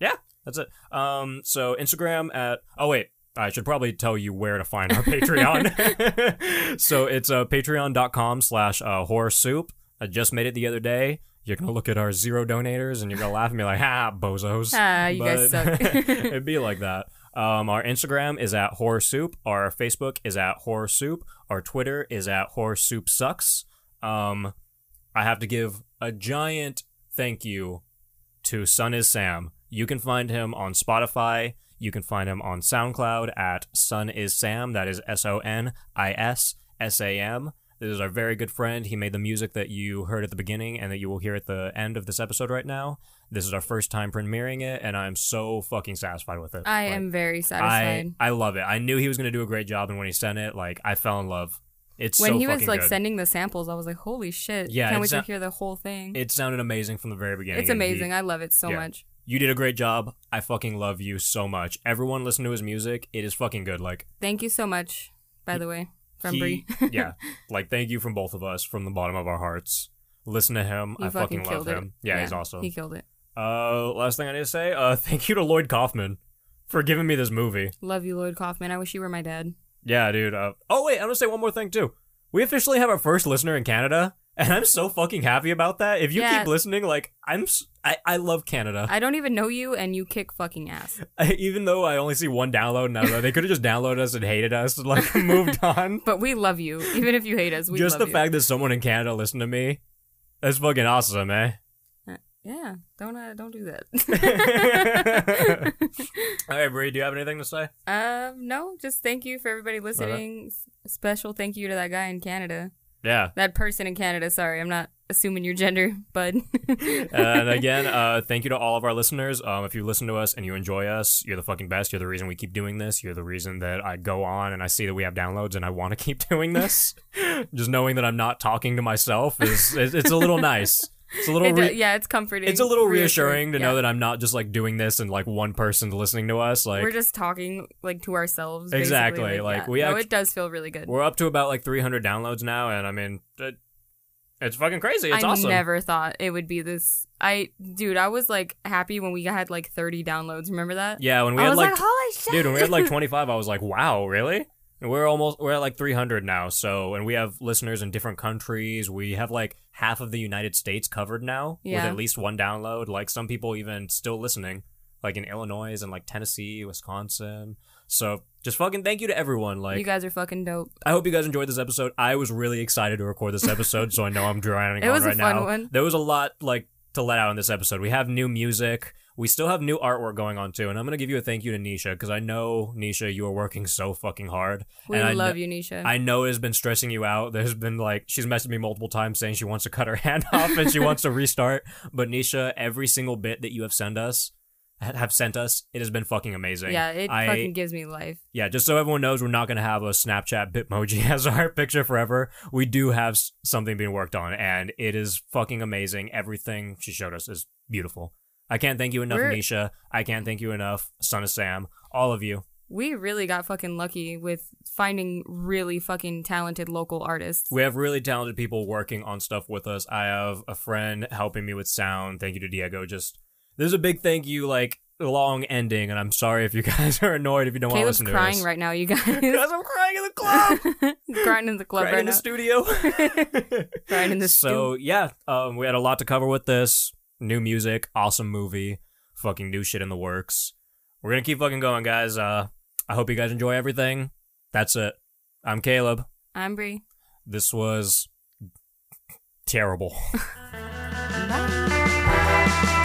yeah, that's it. Um, so Instagram at oh wait. I should probably tell you where to find our
<laughs>
Patreon. <laughs> so it's uh, patreon.com slash uh, horror soup. I just made it the other day. You're going to look at our zero donators and you're going to laugh and be like, ha, bozos.
Ah, you guys
But-
suck.
<laughs> it'd be like that. Um, our Instagram is at Horror Soup. Our Facebook is at Horror Soup. Our Twitter is at Horror Soup Sucks. Um, I have to give a giant thank you to Sun is Sam. You can find him on Spotify. You can find him on SoundCloud at Sun is Sam. That is S O N I S S A M. This is our very good friend. He made the music that you heard at the beginning and that you will hear at the end of this episode right now. This is our first time premiering it, and I'm so fucking satisfied with it.
I
Like,
am very satisfied.
I I love it. I knew he was gonna do a great job, and when he sent it, like I fell in love. It's
when
so
he was
fucking
like
good.
sending the samples, I was like, "Holy shit!
Yeah,
Can't wait
it's
to
not-
hear the whole thing.
it sounded amazing from the very beginning.
it's
and he-
amazing. I love it so
yeah.
much.
you did a great job. I fucking love you so much. Everyone listen to his music. It is fucking good. Like
Thank you so much. By the way, from
he-
Bree, <laughs>
yeah. Like thank you from both of us from the bottom of our hearts. Listen to him. <laughs>
He
I
fucking
fucking love
killed it.
him. Yeah, he's awesome.
He killed it.
uh last thing I need to say, uh <laughs> thank you to Lloyd Kaufman for giving me this movie.
Love you, Lloyd Kaufman. I wish you were
<laughs>
my dad.
Yeah, dude. Uh, oh wait, I want to say one more thing too. We officially have our first listener in Canada, and I'm so fucking happy about that. If you
Yeah.
keep listening, like I'm, s- I, I love Canada.
I don't even know you, and you kick fucking ass.
<laughs> Even though I only see one download, now though, they could have just downloaded us and hated us, and, like <laughs> moved on.
But we love you, even if you hate us. We
just the
love you.
fact that someone in Canada listened to me, that's fucking awesome, eh? <laughs>
Yeah, don't uh, don't do that.
All right, Brie, do you have anything to say?
um, no, just thank you for everybody listening. S- Special thank you to that guy in Canada,
Yeah.
that person in Canada. Sorry, I'm not assuming your gender, <laughs>
<laughs>
but
and again, uh, thank you to all of our listeners. Um, if you listen to us and you enjoy us, you're the fucking best. You're the reason we keep doing this. You're the reason that I go on and I see that we have downloads and I want <laughs> to keep doing this. Just knowing that I'm not talking to myself is it's, it's a little nice. It's a little
It
re-
do- yeah, it's comforting.
it's a little reassuring to know
yeah.
that I'm not just like doing this and like one person listening to us. Like
we're just talking like to ourselves. basically,
Exactly, like,
yeah.
we
no,
act-
it does feel really good.
we're up to about like 300 downloads now, and I mean, it, it's fucking crazy. It's
I
awesome.
never thought it would be this. I dude, I was like happy when we had like 30 downloads. Remember that?
yeah, when we
I
had
was
like,
like, holy shit,
dude, when we had like 25, I was like, wow, really? And we're almost we're at like 300 now. So, and we have listeners in different countries. We have like half of the United States covered now with
Yeah.
at least one download. Like some people even still listening, like in Illinois and like Tennessee, Wisconsin. So, just fucking thank you to everyone. Like
you guys are fucking dope.
I hope you guys enjoyed this episode. I was really excited to record this episode, so I know I'm drowning
<laughs> It
on
was a
right
fun
now.
one.
There was a lot like to let out in this episode. We have new music. We still have new artwork going on too, and I'm gonna give you a thank you to Nisha because I know Nisha, you are working so fucking hard.
We
and I
love
kn-
you, Nisha.
I know it has been stressing you out. There's been like she's messaged me multiple times saying she wants to cut her <laughs> hand off and she wants to restart. But Nisha, every single bit that you have sent us, ha- have sent us, it has been fucking amazing.
yeah, it
I-
fucking gives me life.
yeah, just so everyone knows, we're not going to have a Snapchat Bitmoji <laughs> as our picture forever. We do have s- something being worked on, and it is fucking amazing. Everything she showed us is beautiful. I can't thank you enough,
We're-
Nisha. I can't thank you enough, Son of Sam. All of you.
We really got fucking lucky with finding really fucking talented local artists.
We have really talented people working on stuff with us. I have a friend helping me with sound. Thank you to Diego. Just there's a big thank you, like long ending, and I'm sorry if you <laughs> guys are annoyed if you don't want to
Caleb's
listen to
crying
this.
right now, you
Because
guys. <laughs>
I'm crying in the club.
crying in the <laughs> club
Right
right
in the
now.
studio.
Right in
<laughs>
the
So yeah, um, we had a lot to cover with this new music, awesome movie, fucking new shit in the works. We're gonna keep fucking going, guys. Uh, I hope you guys enjoy everything. That's it. I'm Caleb.
I'm Bree.
This was terrible.
Bye.